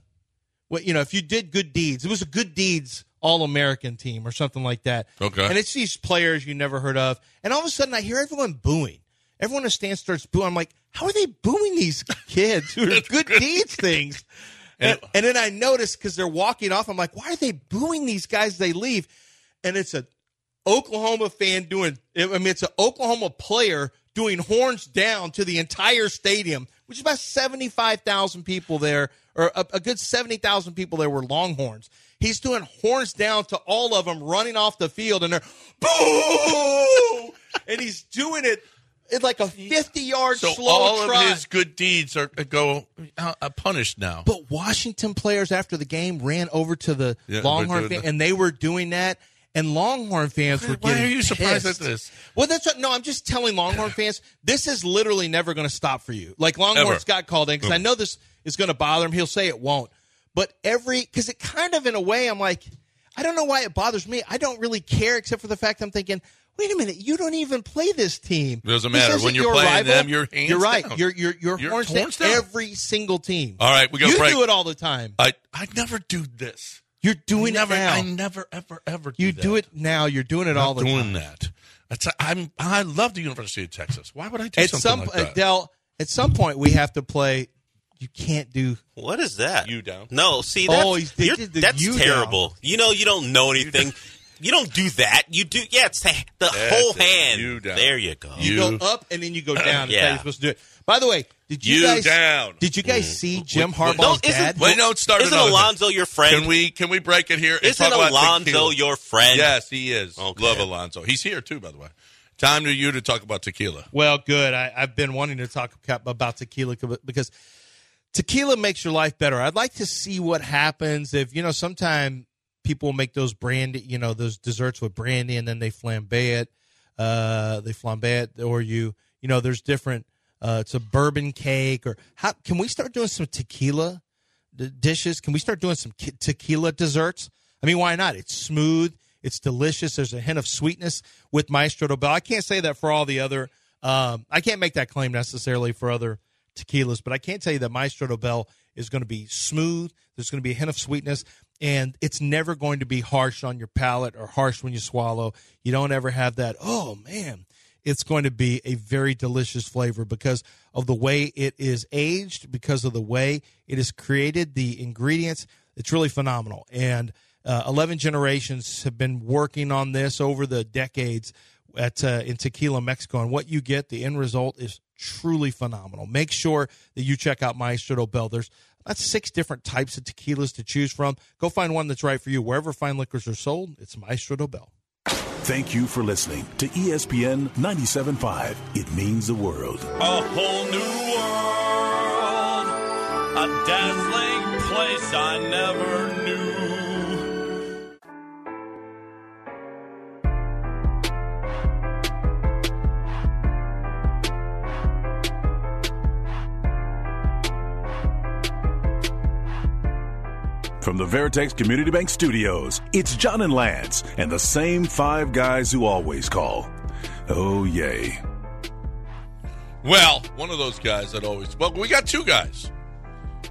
G: what you know, if you did good deeds, it was a good deeds All American team or something like that.
D: Okay.
G: and it's these players you never heard of, and all of a sudden I hear everyone booing. Everyone in the stand starts booing. I'm like, how are they booing these kids who are
D: *laughs*
G: good deeds things? And, and then I notice because they're walking off, I'm like, why are they booing these guys? as They leave, and it's a Oklahoma fan doing. I mean, it's an Oklahoma player doing horns down to the entire stadium, which is about seventy-five thousand people there, or a, a good seventy thousand people there were Longhorns. He's doing horns down to all of them, running off the field, and they're boo, and he's doing it at like a fifty-yard
D: So
G: slow
D: all
G: trot.
D: of his good deeds are uh, go uh, uh, punished now.
G: But Washington players after the game ran over to the
D: Yeah, they're
G: Longhorn
D: doing
G: fan,
D: that.
G: and they were doing that. And Longhorn fans were
D: Why
G: getting
D: are you surprised
G: pissed.
D: at this?
G: Well, that's what, no. I'm just telling Longhorn fans this is literally never going to stop for you. Like
D: Ever.
G: Longhorn's got called in because I know this is going to bother him. He'll say it won't, but every because it kind of in a way I'm like I don't know why it bothers me. I don't really care except for the fact I'm thinking. Wait a minute! You don't even play this team.
D: Doesn't
G: This
D: matter.
G: isn't
D: When you're
G: your
D: playing
G: rival.
D: them, you're hands
G: you're right.
D: down.
G: You're you're you're,
D: You're
G: horns
D: horns
G: down
D: down.
G: every single team.
D: All right, we got
G: you
D: break.
G: do it all the time.
D: I I never do this.
G: Uh, You're doing
D: never,
G: it now.
D: I never ever ever. Do
G: you
D: that.
G: do it now. You're doing it
D: I'm not
G: all the
D: doing
G: time.
D: that. That's, I'm I love the University of Texas. Why would I do
G: At
D: something
G: some
D: like that?
G: Adele, at some point we have to play. You can't do.
B: What is that?
D: You down.
B: No, see, that's,
G: Oh, he's- they
B: you're-
G: did the
B: that's
G: you down.
B: terrible. You know, you don't know anything. You don't do that. You do. Yeah, it's the, the whole
D: it.
B: hand.
D: You don't.
B: there you go.
D: You-
G: You go up and then you go down. That's how
B: Yeah.
G: you're supposed to do it. By the way, did you, Mm.
D: You
G: guys
D: down.
G: Did you guys see Jim
B: No,
G: Harbaugh's
B: isn't-
G: dad?
D: Wait, no, it's started
B: Isn't
D: another thing.
B: Alonzo your friend?
D: Can we can we break it here? and
B: Isn't
D: talk about
B: Alonzo
D: tequila?
B: your friend?
D: Yes, he is.
B: Okay.
D: Love Alonzo. He's here too, by the way. Time to you to talk about tequila.
G: Well, good. I, I've been wanting to talk ca- about tequila co- because tequila makes your life better. I'd like to see what happens if you know. Sometimes people make those brandy, you know, those desserts with brandy, and then they flambe it. Uh, they flambe it, or you, you know, there's different. Uh, it's a bourbon cake, or how can we start doing some tequila d- dishes? Can we start doing some ki- tequila desserts? I mean, why not? It's smooth. It's delicious. There's a hint of sweetness with Maestro Dobel. I can't say that for all the other. Um, I can't make that claim necessarily for other tequilas, but I can tell you that Maestro Dobel is going to be smooth. There's going to be a hint of sweetness, and it's never going to be harsh on your palate or harsh when you swallow. You don't ever have that. Oh man, it's going to be a very delicious flavor because of the way it is aged, because of the way it is created, the ingredients. It's really phenomenal. And uh, 11 generations have been working on this over the decades at uh, in Tequila, Mexico. And what you get, the end result is truly phenomenal. Make sure that you check out Maestro Bell. There's about six different types of tequilas to choose from. Go find one that's right for you. Wherever fine liquors are sold, it's Maestro Bell.
A: Thank you for listening to E ESPN 97.5. It means the world.
I: A whole new world, a dazzling place I never knew.
A: From the Veritex Community Bank Studios, it's John and Lance and the same five guys who always call. Oh, yay.
D: Well, one of those guys that always. Well, we got two guys.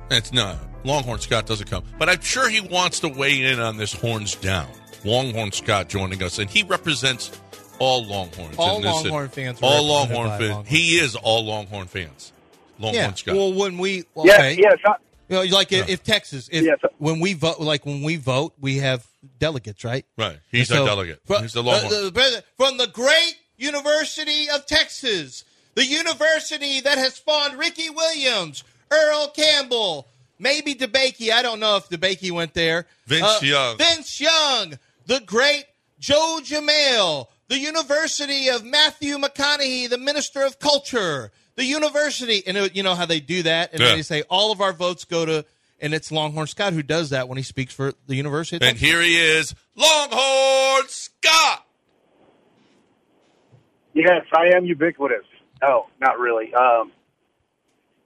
D: It's not Longhorn Scott doesn't come, but I'm sure he wants to weigh in on this horns down. Longhorn Scott joining us, and he represents all Longhorns.
G: All
D: in this-
G: Longhorn fans were
D: All
G: represented
D: Longhorn
G: by
D: fans.
G: Longhorn
D: He is all Longhorn fans. Longhorn Scott.
G: Well, when we
J: Yeah,
G: okay.
J: yes, I,
G: You know, like if, if Texas, if
J: Yes.
G: when we vote, like when we vote, we have delegates, right?
D: Right. He's
G: And
D: our delegate.
G: fro- uh,
D: He's the Longhorn.
G: the- the president- from the great University of Texas, the university that has spawned Ricky Williams, Earl Campbell, maybe DeBakey. I don't know if DeBakey went there. Uh,
D: Vince Young.
G: Vince Young, the great Joe Jamail, the University of Matthew McConaughey, the Minister of Culture, the University, and it- you know how they do that, and
D: Yeah.
G: then they say all of our votes go to, and it's Longhorn Scott who does that when he speaks for the University. of
D: and
G: Texas.
D: here he is, Longhorn Scott.
J: yes, I am ubiquitous. No, not really. Um,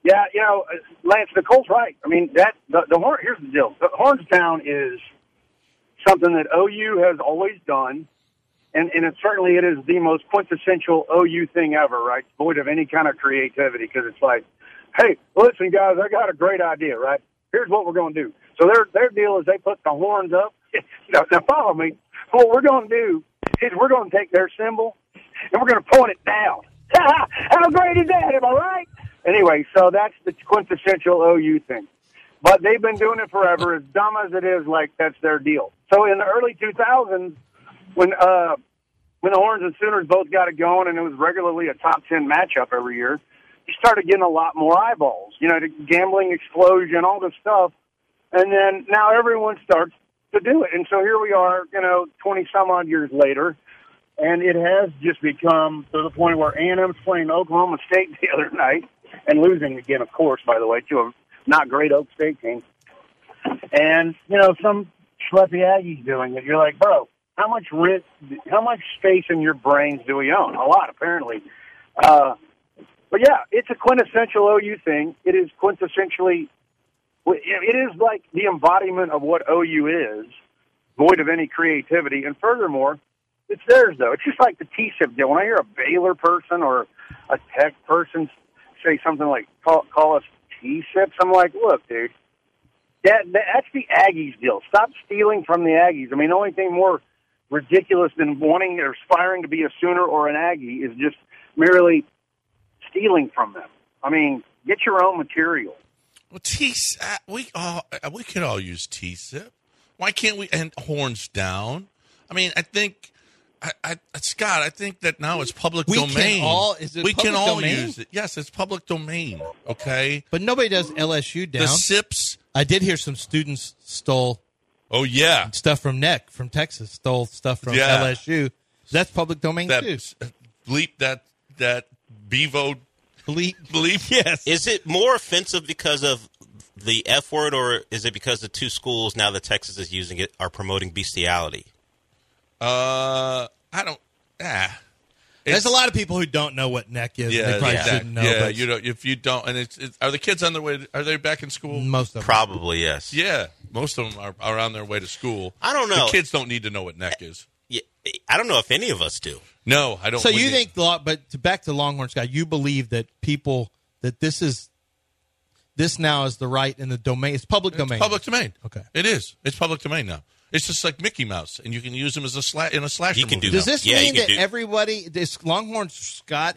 J: yeah, you know, uh, Lance, Nicole's right. I mean, that the, the horn. Here's the deal: the Hornstown is something that OU has always done, and and it certainly it is the most quintessential OU thing ever, right? Void of any kind of creativity, because it's like, hey, listen, guys, I got a great idea, right? Here's what we're going to do. So their their deal is they put the horns up. *laughs* now, now follow me. What we're going to do is we're going to take their symbol and we're going to point it down. *laughs* How great is that? Am I right? Anyway, so that's the quintessential OU thing. But they've been doing it forever. As dumb as it is, like that's their deal. So in the early 2000s, when uh, when the Horns and Sooners both got it going, and it was regularly a top ten matchup every year, you started getting a lot more eyeballs. You know, the gambling explosion, all this stuff, and then now everyone starts to do it. And so here we are, you know, twenty some odd years later, and it has just become to the point where A&M's playing Oklahoma State *laughs* the other night and losing again, of course, by the way, to a not great Oak State team. And you know, some schleppy Aggie's doing it. You're like, bro, how much rent, how much space in your brains do we own? A lot, apparently. Uh, but yeah, it's a quintessential OU thing. It is quintessentially, it is like the embodiment of what OU is, void of any creativity. And furthermore, it's theirs though. It's just like the T-SIP deal. When I hear a Baylor person or a Tech person say something like "call, call us T-SIPs," I'm like, look, dude, that, that that's the Aggies deal. Stop stealing from the Aggies. I mean, the only thing more ridiculous than wanting or aspiring to be a Sooner or an Aggie is just merely stealing from them. I mean, get your own material.
D: Well, T. uh, We all uh, we could all use T. Sip. Why can't we? And horns down. I I mean, I think. I, I, Scott, I think that now it's public
G: We can
D: domain.
G: all- is it
D: we can
G: public
D: all
G: domain?
D: use it. Yes, it's public domain. Okay,
G: But nobody does LSU down.
D: the SIPs.
G: I did hear some students stole
D: Oh yeah,
G: stuff from Neck from Texas, stole stuff from
D: Yeah.
G: LSU. That's public domain
D: that
G: too.
D: bleep that that Bevo
G: Bleep. *laughs*
D: bleep.
G: Yes.
B: Is it more offensive because of the F word, or is it because the two schools now that Texas is using it are promoting bestiality?
D: Uh, I don't. Ah,
G: There's a lot of people who don't know what Neck is.
D: Yeah,
G: they probably
D: yeah,
G: shouldn't know.
D: yeah.
G: but
D: you know, if you don't, and it's, it's are the kids on their way? Are they back in school?
G: most of them.
B: Probably yes.
D: Yeah, most of them are, are on their way to school.
B: I don't know.
D: The kids don't need to know what neck is.
B: Yeah, I don't know if any of us do.
D: No, I don't.
G: So
D: we
G: you
D: need-
G: think, lo- but to back to Longhorn Scott, you believe that people that this is this now is the right in the domain. It's public domain.
D: public domain?
G: Okay.
D: it is. It's public domain now. It's just like Mickey Mouse, and you can use him as a sla- in a slasher.
B: You can
D: movie
B: do
D: now.
G: Does this
B: Yeah, you
G: mean
B: can
G: that
B: do-
G: everybody, this Longhorn Scott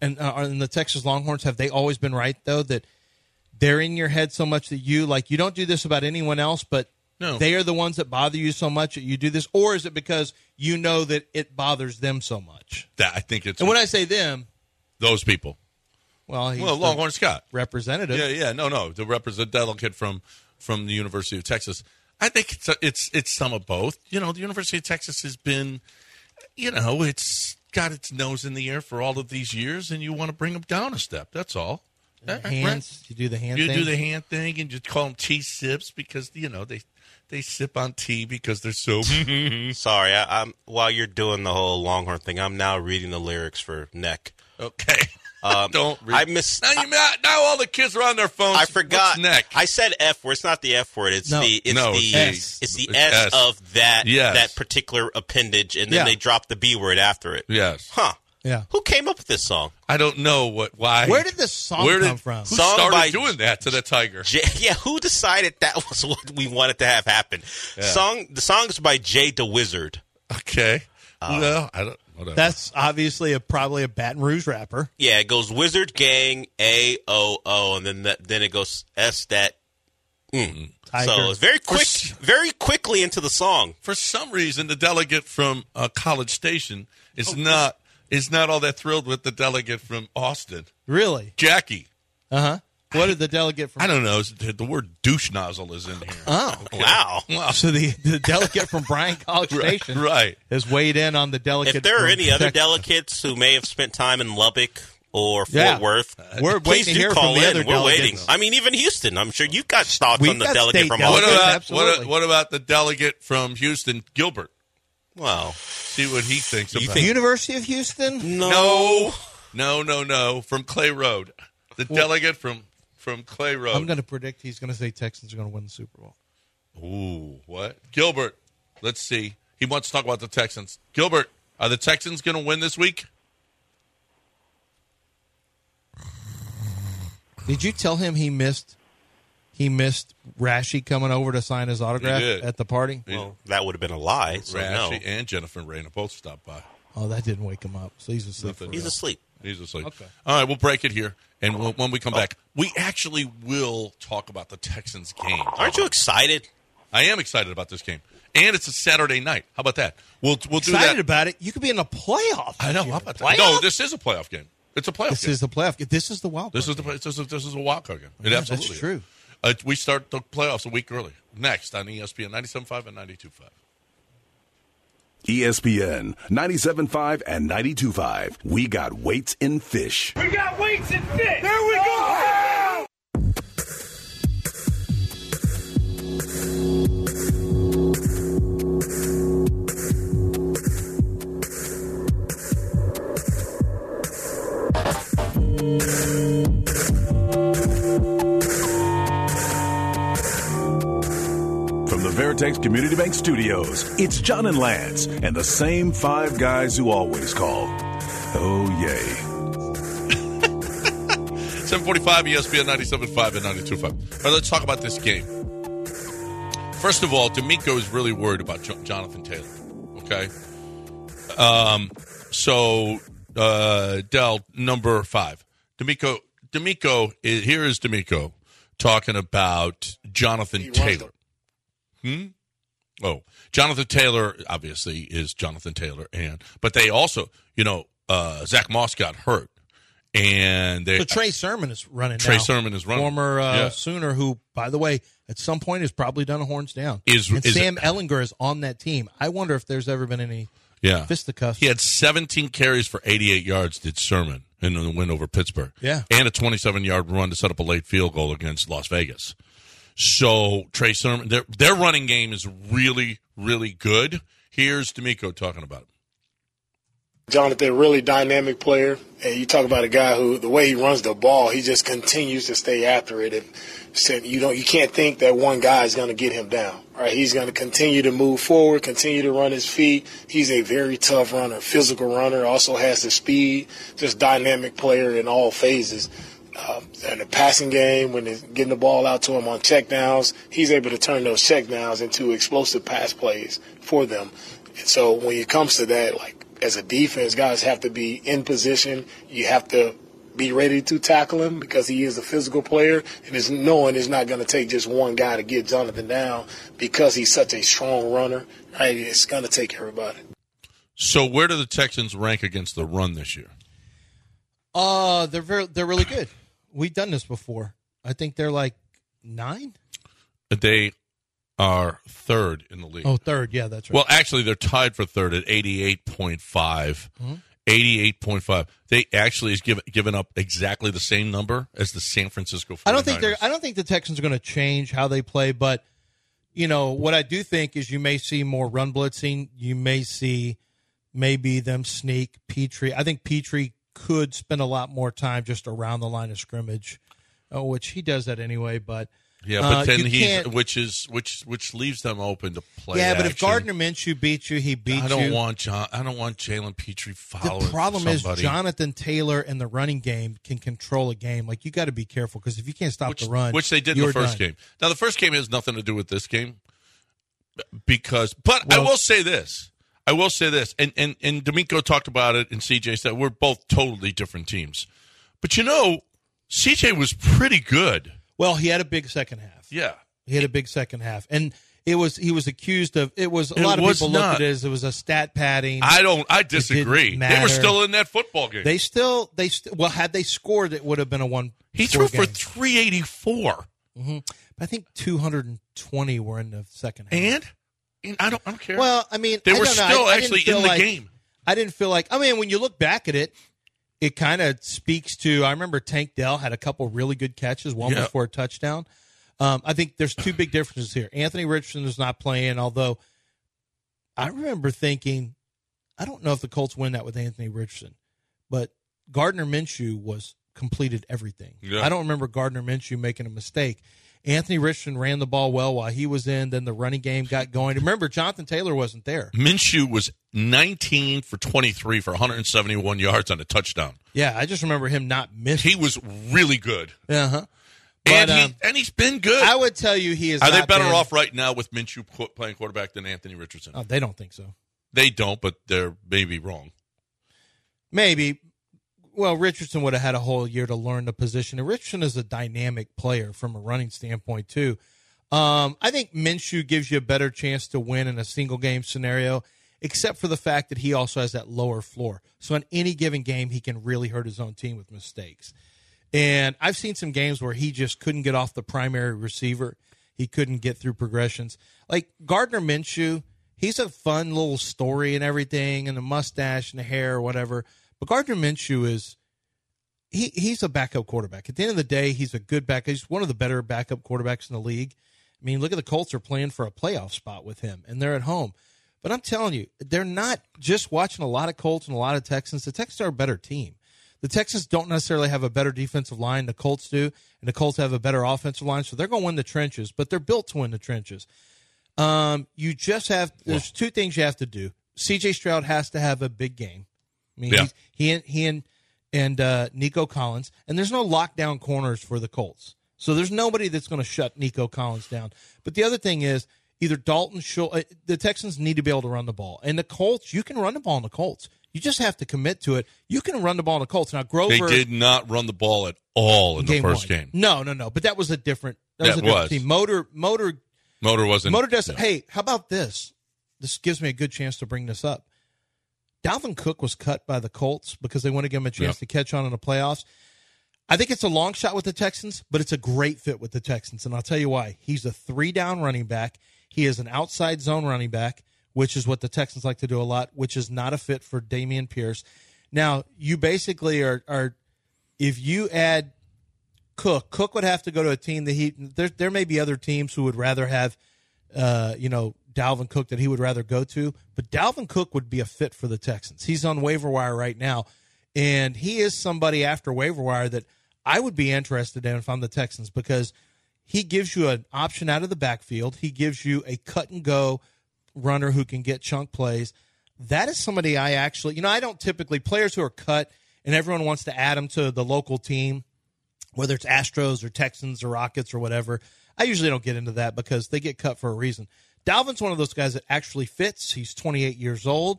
G: and, uh, and the Texas Longhorns, have they always been right though that they're in your head so much that you like you don't do this about anyone else, but
D: No.
G: they are the ones that bother you so much that you do this, or is it because you know that it bothers them so much?
D: That I think it's
G: And when I say them,
D: those people.
G: well, he's
D: Well,
G: the
D: Longhorn Scott.
G: representative.
D: Yeah, yeah, no, no, the representative kid from from the University of Texas. I think it's it's it's some of both. You know, the University of Texas has been, you know, it's got its nose in the air for all of these years, and you want to bring them down a step. That's all. That- right?
G: Hands, you do the hand.
D: You
G: thing.
D: do the hand thing, and you call them tea sips because you know they they sip on tea because
B: *laughs*
D: they're so. *laughs*
B: Sorry, I, I'm while you're doing the whole Longhorn thing, I'm now reading the lyrics for Neck.
D: okay. *laughs* Don't.
B: Um,
D: Read.
B: I miss-
D: Now, you, now all the kids are on their phones.
B: I forgot.
D: What's neck.
B: I said F word. It's not the F word. It's
G: No.
B: the it's
D: No,
B: the
D: it's
B: it's,
D: the-
B: the
D: it's
B: S,
D: S.
B: of that
D: Yes.
B: that particular appendage, and then
G: Yeah.
B: they drop the B word after it.
D: yes.
B: Huh?
G: Yeah.
B: Who came up with this song?
D: I don't know what why.
G: Where did this song
D: Where did-
G: come from?
D: Who
B: Song
D: started
B: by-
D: doing that to the tiger?
B: J- *laughs* yeah, who decided that *laughs* was what we wanted to have happen? Song the song is by Jay the Wizard.
D: Okay.
B: Um,
D: no, I don't. Whatever.
G: That's obviously a probably a Baton Rouge rapper.
B: Yeah, it goes Wizard Gang A O O, and then that, then it goes S that. Mm.
G: Tiger.
B: So it's very quick, very quickly into the song.
D: for some reason the delegate from uh, College Station
G: Oh,
D: is not is not all that thrilled with the delegate from Austin,
G: Really?
D: Jackie.
G: Uh huh. What did the delegate from?
D: I don't know. The, the word douche nozzle is in here.
G: Oh,
B: Wow.
D: Wow.
G: so the, the delegate from Bryan College
D: Right.
G: Station
D: right.
G: has weighed in on the delegate.
B: If there are
G: from
B: any other
G: Texas.
B: delegates who may have spent time in Lubbock or Fort
G: Yeah. Uh,
B: Worth,
G: We're
B: please
G: waiting to
B: do
G: hear from
B: call
G: the
B: in.
G: other
B: We're
G: delegates.
B: waiting. I mean, even Houston. I'm sure you've got thoughts
G: We've
B: on the
G: got
B: delegate
G: state
B: from
D: What
G: delegates.
B: Austin.
D: about what,
G: absolutely.
D: a- what about the delegate from Houston, Gilbert?
B: Well,
D: See what he thinks
B: You
D: about.
B: think-
D: it.
G: University of Houston.
B: no.
D: no, no, no, no. From Clay Road, the delegate from from Clay Road.
G: I'm going to predict he's going to say Texans are going to win the Super Bowl.
D: Ooh, what? Gilbert, let's see. He wants to talk about the Texans. Gilbert, are the Texans going to win this week?
G: Did you tell him he missed? He missed Rashi coming over to sign his autograph
D: He did.
G: at the party.
B: Well, that would have been a lie. So
D: Rashi
B: no,
D: and Jennifer Rayner both stopped by.
G: Oh, that didn't wake him up. So he's asleep.
D: Nothing.
G: for
B: he's
G: real.
B: asleep.
D: He's asleep.
G: Okay.
D: All right, we'll break it here. And we'll, when we come back, we actually will talk about the Texans game.
B: Aren't you excited?
D: I am excited about this game. And it's a Saturday night. How about that? We'll, we'll do
G: Excited
D: that.
G: about it. You could be in the playoff.
D: I
G: this
D: know. How
G: year.
D: about that? No, this is a playoff game. It's a playoff
G: This
D: game.
G: is the playoff. This is the wild.
D: This
G: card
D: is the
G: game.
D: this is this is a wild card game. It
G: Yeah, that's
D: absolutely is.
G: true.
D: Uh, we start the playoffs a week early. Next on E ESPN 97.5 and 92.5.
A: E ESPN 97.5 and 92.5. We got weights in fish.
E: We got weights and fit. There we go.
A: From the Veritex Community Bank Studios, it's John and Lance and the same five guys who always call. Oh, yay.
D: 745 ESPN 97.5 and 92.5. All right, let's talk about this game. First of all, D'Amico is really worried about jo- Jonathan Taylor. Okay? Um, so, uh, Dell, number five. D'Amico, D'Amico, i- here is D'Amico talking about Jonathan Taylor. Hmm? Oh, Jonathan Taylor obviously is Jonathan Taylor, and but they also, you know, uh, Zach Moss got hurt, and they
G: So Trey Sermon is running.
D: Trey
G: now.
D: Sermon is running.
G: Former uh,
D: Yeah.
G: Sooner, who by the way, at some point has probably done a horns down.
D: Is-
G: and
D: is-
G: Sam Ellinger is on that team. I wonder if there's ever been any
D: yeah,
G: fisticuffs.
D: he had 17 carries for 88 yards. Did Sermon in the win over Pittsburgh?
G: Yeah.
D: and a 27 yard run to set up a late field goal against Las Vegas. So Trey Sermon, their their running game is really really good. Here's D'Amico talking about it.
K: Jonathan, really dynamic player. And you talk about a guy who, the way he runs the ball, he just continues to stay after it. And said, you don't, you can't think that one guy is going to get him down. Right? He's going to continue to move forward, continue to run his feet. He's a very tough runner, physical runner. Also has the speed. Just dynamic player in all phases. Uh, in the passing game, when it's getting the ball out to him on checkdowns, he's able to turn those checkdowns into explosive pass plays for them. And so when it comes to that, like as a defense, guys have to be in position. You have to be ready to tackle him because he is a physical player, and is knowing it's not going to take just one guy to get Jonathan down because he's such a strong runner. Right? It's going to take everybody.
D: So where do the Texans rank against the run this year?
G: Uh, they're very, they're really good. We've done this before. I think they're like nine.
D: They are third in the league.
G: Oh, third. Yeah, that's right.
D: Well, actually, they're tied for third at 88.5.
G: Mm-hmm.
D: 88.5. They actually has given, given up exactly the same number as the San Francisco 49ers.
G: I don't think they're. I don't think the Texans are going to change how they play, but you know what I do think is you may see more run blitzing. You may see maybe them sneak Petrie. I think Petrie could spend a lot more time just around the line of scrimmage, uh, which he does that anyway. But
D: Yeah, but
G: uh,
D: then
G: you
D: he's,
G: can't-
D: which is which which leaves them open to play.
G: yeah, but if
D: action.
G: Gardner Minshew beats you, he beats you.
D: I don't want John. I don't want Jalen Petrie following.
G: the problem is
D: somebody,
G: Jonathan Taylor and the running game can control a game. Like you got to be careful because if you can't stop
D: which,
G: the run,
D: which they did in the
G: you're
D: first
G: done.
D: game. Now the first game has nothing to do with this game because. But I
G: Well-
D: will say this. I will say this, and and and D'Amico talked about it, and CJ said we're both totally different teams. But you know, CJ was pretty good.
G: Well, he had a big second half.
D: Yeah.
G: He had a big second half, and it was he was accused of it was a
D: It
G: lot of
D: was
G: people
D: not.
G: looked at it as it was a stat padding.
D: I don't. I
G: didn't
D: disagree. They were
G: matter.
D: still in that football game.
G: They still they st- well had they scored it would have been a one.
D: he threw for three eighty four,
G: hmm I think two hundred and twenty were in the second half.
D: and and I don't. I don't care.
G: Well, I mean,
D: They
G: I
D: were
G: don't know. I-
D: still
G: I didn't
D: actually
G: feel
D: in the
G: like-
D: game.
G: I didn't feel like. I mean, when you look back at it, it kind of speaks to. I remember Tank Dell had a couple really good catches, one
D: Yeah.
G: was for a touchdown. Um, I think there's two big differences here. Anthony Richardson is not playing, although I remember thinking, I don't know if the Colts win that with Anthony Richardson, but Gardner Minshew was completed everything.
D: Yeah.
G: I don't remember Gardner Minshew making a mistake. Anthony Richardson ran the ball well while he was in. Then the running game got going. Remember, Jonathan Taylor wasn't there.
D: Minshew was 19 for 23 for 171 yards on a touchdown.
G: Yeah, I just remember him not missing.
D: He was really good.
G: Uh huh.
D: And,
G: But
D: he,
G: um,
D: and he's been good.
G: I would tell you he is.
D: Are they
G: not
D: better
G: been-
D: off right now with Minshew qu- playing quarterback than Anthony Richardson?
G: Oh, they don't think so.
D: They don't, but they're maybe wrong.
G: Maybe. Well, Richardson would have had a whole year to learn the position. And Richardson is a dynamic player from a running standpoint too. Um, I think Minshew gives you a better chance to win in a single game scenario, except for the fact that he also has that lower floor. So in any given game, he can really hurt his own team with mistakes. And I've seen some games where he just couldn't get off the primary receiver. He couldn't get through progressions. Like Gardner Minshew, he's a fun little story and everything, and the mustache and the hair or whatever. But Gardner Minshew is he he's a backup quarterback. At the end of the day, he's a good backup. He's one of the better backup quarterbacks in the league. I mean, look at the Colts are playing for a playoff spot with him, and they're at home. But I'm telling you, they're not just watching a lot of Colts and a lot of Texans. The Texans are a better team. The Texans don't necessarily have a better defensive line. The Colts do, and the Colts have a better offensive line. So they're going to win the trenches, but they're built to win the trenches. Um, you just have there's two things you have to do. C.J. Stroud has to have a big game. I mean,
D: Yeah.
G: he's- he and he and and uh, Nico Collins, and there's no lockdown corners for the Colts, so there's nobody that's going to shut Nico Collins down. But the other thing is either Dalton Schultz, uh, the Texans need to be able to run the ball, and the Colts, you can run the ball on the Colts. You just have to commit to it. You can run the ball on the Colts. Now Grover
D: They did not run the ball at all in the first
G: one.
D: game.
G: No, no, no. But that was a different. That, was
D: That
G: a different
D: was.
G: team. Motor, motor.
D: Motor wasn't.
G: Motor does.
D: no.
G: Hey, how about this? This gives me a good chance to bring this up. Dalvin Cook was cut by the Colts because they want to give him a chance
D: Yeah.
G: to catch on in the playoffs. I think it's a long shot with the Texans, but it's a great fit with the Texans. And I'll tell you why. He's a three down running back. He is an outside zone running back, which is what the Texans like to do a lot, which is not a fit for Damian Pierce. Now, you basically are, are if you add Cook, Cook would have to go to a team that he there. There may be other teams who would rather have, uh, you know, Dalvin Cook that he would rather go to, but Dalvin Cook would be a fit for the Texans. He's on waiver wire right now, and he is somebody after waiver wire that I would be interested in if I'm the Texans because he gives you an option out of the backfield. He gives you a cut and go runner who can get chunk plays. That is somebody I actually, you know, I don't typically players who are cut and everyone wants to add them to the local team whether it's Astros or Texans or Rockets or whatever. I usually don't get into that because they get cut for a reason. Dalvin's one of those guys that actually fits. He's 28 years old.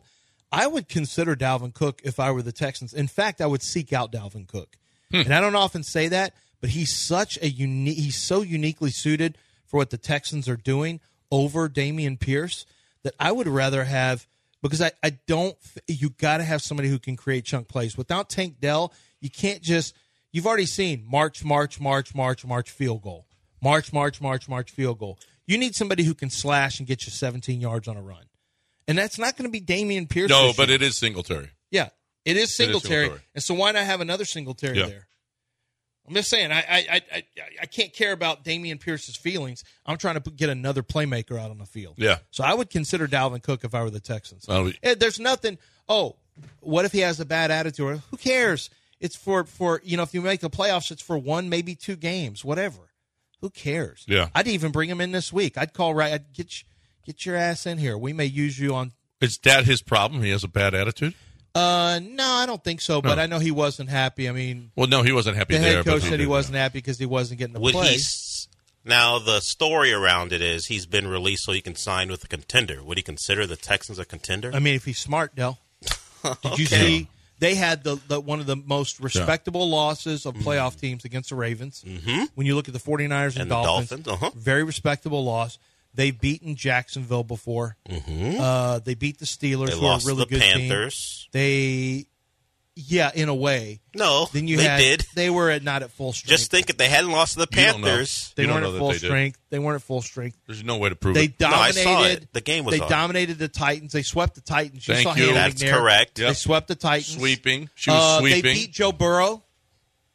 G: I would consider Dalvin Cook if I were the Texans. In fact, I would seek out Dalvin Cook. And I don't often say that, but he's such a unique he's so uniquely suited for what the Texans are doing over Damian Pierce that I would rather have because I, I don't you got to have somebody who can create chunk plays. Without Tank Dell, you can't just You've already seen March, March, March, March, March field goal. March, March, March, March field goal. You need somebody who can slash and get you 17 yards on a run. And that's not going to be Damian Pierce.
D: No,
G: this
D: but
G: year.
D: it is Singletary.
G: Yeah, it is Singletary.
D: Singletary.
G: And so why not have another Singletary
D: Yeah.
G: there? I'm just saying, I, I, I, I, I can't care about Damian Pierce's feelings. I'm trying to put, get another playmaker out on the field.
D: Yeah.
G: So I would consider Dalvin Cook if I were the Texans.
D: Well, we-
G: Eh, There's nothing. Oh, what if he has a bad attitude? Or Who cares? It's for for you know if you make the playoffs, it's for one maybe two games, whatever. Who cares?
D: Yeah.
G: I'd even bring him in this week. I'd call right. I'd get you, get your ass in here. We may use you on
D: Is that his problem? He has a bad attitude.
G: uh, no, I don't think so. But
D: No.
G: I know he wasn't happy. I mean,
D: Well, no, he wasn't happy
G: the
D: there.
G: head
D: but
G: coach said he
D: did.
G: wasn't happy because he wasn't getting the
B: Would
G: play.
B: he? s- Now the story around it is he's been released so he can sign with a contender. Would he consider the Texans a contender?
G: I mean, if he's smart,
B: *laughs*
G: Dell. Did you see? They had the, the one of the most respectable losses of playoff teams against the Ravens. Mm-hmm. When you look at the 49ers and,
B: Mm-hmm. And the
G: Dolphins,
B: Dolphins, uh-huh.
G: very respectable loss. They've beaten Jacksonville before. Mm-hmm. Uh, they beat the Steelers,
B: They
G: who
B: lost
G: are a really
B: to the
G: good team.
B: Panthers.
G: They, yeah, in a way.
B: No,
G: Then you
B: they
G: had, *laughs*
B: did.
G: They were at, not at full strength.
B: Just think if they hadn't lost to the
D: You don't know.
B: Panthers,
G: they
D: You don't
G: weren't
D: know
G: at
D: that
G: full
D: they did.
G: strength. They weren't at full strength.
D: There's no way to prove
G: They
D: it.
B: No, I
G: dominated.
B: saw it. The game was
G: They
B: on.
G: dominated the Titans. They swept the Titans. You
D: Thank
G: saw
D: you.
G: Hanley
B: That's
G: there.
B: correct.
G: They
D: Yep.
G: swept the Titans.
D: Sweeping. She was
G: Uh,
D: sweeping.
G: They beat Joe Burrow.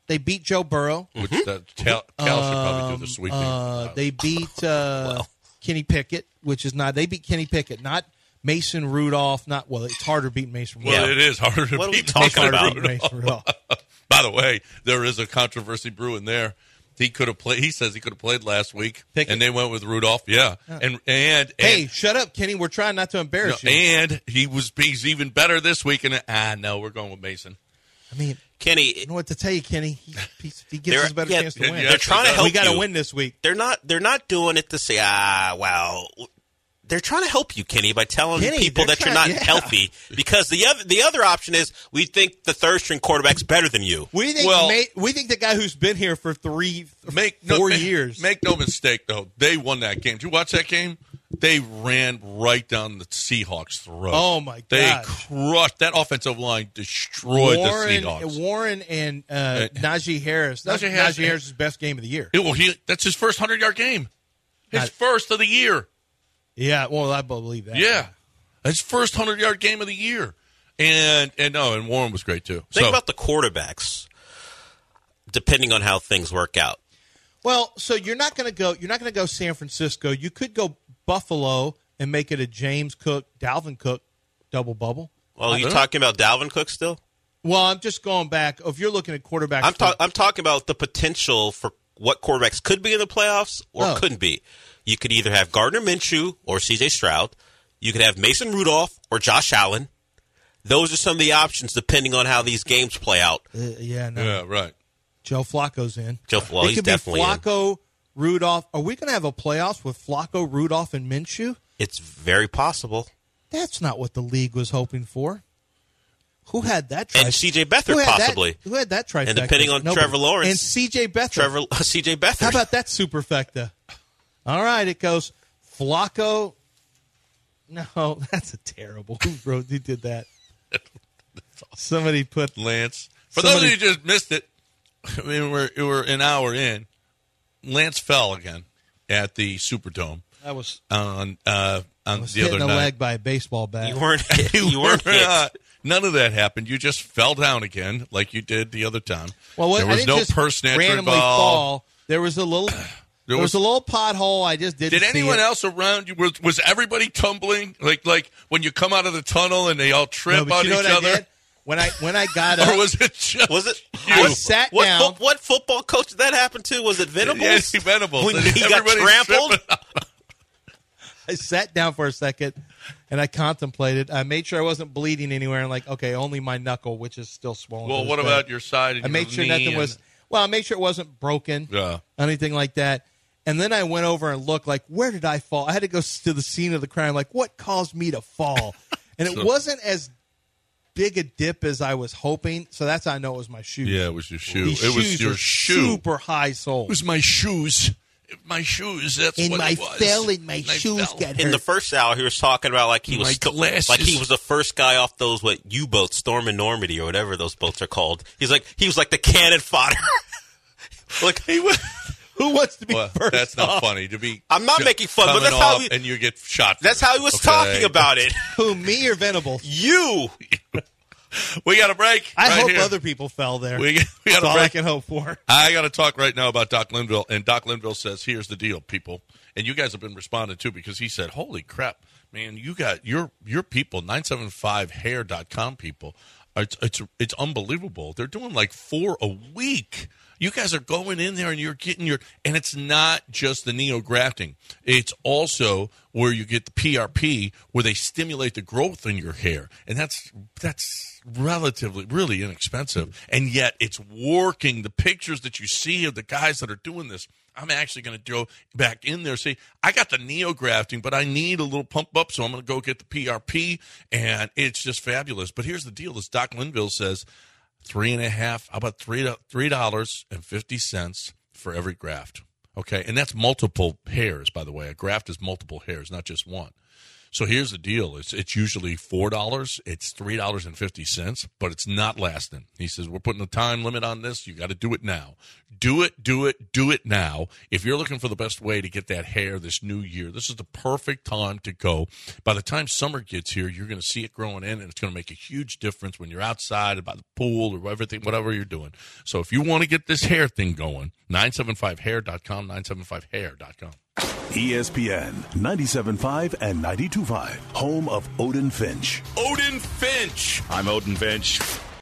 G: They beat Joe Burrow.
D: Which the Cal, Cal should probably do the sweeping.
G: Uh, they beat uh, Kenny Pickett, which is not. They beat Kenny Pickett, not Mason Rudolph. Not well. It's harder beating Mason Rudolph.
D: well, it is harder to
B: What are we
D: beat.
B: talking
D: Mason
B: about?
D: Rudolph.
G: Mason Rudolph.
D: *laughs* By the way, there is a controversy brewing there. He could have played. He says he could have played last week,
G: Pickett.
D: and they went with Rudolph. Yeah, and and
G: Hey,
D: and,
G: shut up, Kenny. We're trying not to
D: no,
G: embarrass you.
D: and he was he's even better this week. And ah, no, we're going with Mason.
G: I mean, I
B: Kenny,
G: don't know what to tell you, Kenny. He, he, he gives
B: They're-
G: us a better
B: yeah,
G: chance to win.
D: they're
B: trying to help
G: We got to
B: you.
G: win this week.
B: they're not they're not doing it to say ah well they're trying to help you Kenny by telling
G: Kenny,
B: people
G: they're
B: that you're not
G: trying- yeah.
B: healthy because the other the other option is we think the third string quarterback's better than you.
G: We think
D: Well-
G: ma- we think the guy who's been here for three,
D: Make no,
G: four
D: make-
G: years.
D: Make no mistake, though, they won that game. Did you watch that game? They ran right down the Seahawks' throat.
G: Oh, my
D: They
G: gosh.
D: crushed that offensive line. Destroyed
G: Warren,
D: the Seahawks.
G: Warren and uh, Najee Harris. That's
D: Najee
G: Najee
D: Harris-
G: Harris' best game of the year.
D: Yeah, well, he, that's his first hundred yard game. His
G: Not-
D: first of the year.
G: Yeah, well, I believe that.
D: Yeah, his first hundred yard game of the year. And and no, and Warren was great too.
B: Think
D: so
B: about the quarterbacks depending on how things work out.
G: Well, so you're not going to go. You're not going to go San Francisco. You could go Buffalo and make it a James Cook, Dalvin Cook double bubble.
B: Well, you
D: don't-
B: talking about Dalvin Cook still?
G: Well, I'm just going back. Oh, If you're looking at quarterbacks,
B: I'm
G: for-
B: talking I'm talking about the potential for what quarterbacks could be in the playoffs or
G: Oh.
B: couldn't be. You could either have Gardner Minshew or CJ Stroud. You could have Mason Rudolph or Josh Allen. Those are some of the options depending on how these games play out.
G: Uh, yeah, no.
D: yeah, right.
G: Joe Flacco's in.
B: Joe- well,
G: it
B: he's
G: could
B: definitely
G: be
B: in.
G: Flacco, Rudolph. Are we going to have a playoffs with Flacco, Rudolph, and Minshew?
B: It's very possible.
G: That's not what the league was hoping for. Who had that?
B: And
G: trifecta?
B: C.J. Beathard,
G: Who had that-
B: possibly.
G: who had that trifecta?
B: And depending on
G: Nobody.
B: Trevor Lawrence- *laughs*
G: and C.J. Beathard.
B: Trevor C.J. Beathard.
G: How about that superfecta? All right, it goes Flacco. No, *laughs* that's a terrible. Who wrote? Who did that? Somebody put
D: Lance. For
G: Somebody-
D: those of you who just missed it, *laughs* I mean, we're, we're an hour in. Lance fell again at the Superdome.
G: That was-
D: on uh, on
G: was
D: the
G: hit
D: other
G: in the
D: night.
G: leg by a baseball bat.
D: *laughs* You were uh, not. None of that happened. You just fell down again, like you did the other time.
G: Well, what,
D: there
G: I
D: was
G: didn't
D: no
G: just
D: purse snatcher
G: randomly
D: involved.
G: fall. There was a
D: *clears throat*
G: little. There, was,
D: was-
G: a little pothole. I just didn't.
D: Did
G: see
D: anyone
G: it.
D: else around you? Was, was everybody tumbling? Like like when you come out of the tunnel and they all
G: No,
D: trip
G: but
D: on
G: you know
D: each
G: what I
D: other. *laughs*
G: did? When I when I got
D: Or
G: up,
D: was it just
B: Was it?
D: *laughs* you?
B: was-
G: sat
B: what,
G: down.
B: fo- what football coach did that happen to? Was it Venables?
D: Yes, Venables.
B: When he got
D: Everybody's
B: trampled?
D: tripping.
G: I sat down for a second and I contemplated. I made sure I wasn't bleeding anywhere, and like, okay, only my knuckle, which is still swollen. to
D: Well,
G: this
D: what
G: day.
D: about your side? And
G: I made
D: your
G: sure
D: knee
G: nothing
D: and-
G: was. Well, I made sure it wasn't broken,
D: Yeah.
G: anything like that. And then I went over and looked, like, where did I fall? I had to go s- to the scene of the crime, like, what caused me to
D: *laughs*
G: fall? And it
D: So-
G: wasn't as big a dip as I was hoping, so that's how I know it was my shoes.
D: Yeah, it was your shoe.
G: These
D: it was
G: shoes
D: your
G: are
D: shoe.
G: Super high sole.
D: It was my shoes. My shoes. That's
G: and
D: what
G: my
D: it was.
G: fell and my shoes
D: fell.
G: got *laughs* hurt.
B: In the first hour, he was talking about like he was
D: My
B: sto-
D: glasses.
B: like he was the first guy off those what U boats, Storm and Normandy or whatever those boats are called. He's like he was like the cannon fodder. *laughs* Look, he was.
G: Who wants to be
D: Well,
G: first?
D: that's not
G: off?
D: funny to be.
B: I'm not
D: ju-
B: making fun, but
D: coming
B: that's how
D: off
B: he-
D: and you get shot. for
B: That's
D: it.
B: how he was
D: Okay.
B: talking about it.
G: Who me or Venables?
B: You.
D: We got a break.
G: I
D: *laughs* right
G: hope
D: here.
G: other people fell there.
D: We, we
G: That's
D: got a
G: all I
D: break.
G: can hope for.
D: I got to talk right now about Doc Linville, and Doc Linville says, "Here's the deal, people." And you guys have been responding too because he said, "Holy crap, man! You got your your people, nine seven five hair.com people. are- It's, it's it's unbelievable. They're doing like four a week. You guys are going in there and you're getting your and it's not just the neo grafting. It's also where you get the PRP where they stimulate the growth in your hair, and that's that's relatively really inexpensive and yet it's working the pictures that you see of the guys that are doing this i'm actually going to go back in there see i got the neo grafting but i need a little pump up so i'm going to go get the prp and it's just fabulous but here's the deal as doc linville says three and a half how about three do- three dollars and fifty cents for every graft okay and that's multiple hairs by the way a graft is multiple hairs not just one so here's the deal: it's it's usually four dollars. It's three dollars and fifty cents, but it's not lasting. He says we're putting a time limit on this. You got to do it now. Do it, do it, do it now. If you're looking for the best way to get that hair this new year, this is the perfect time to go. By the time summer gets here, you're going to see it growing in, and it's going to make a huge difference when you're outside about the pool or everything, whatever you're doing. So if you want to get this hair thing going, nine seven five hair.com, nine seven five hair.com.
A: E ESPN 97.5 and 92.5, home of Odin Finch.
I: Odin Finch.
A: I'm Odin Finch.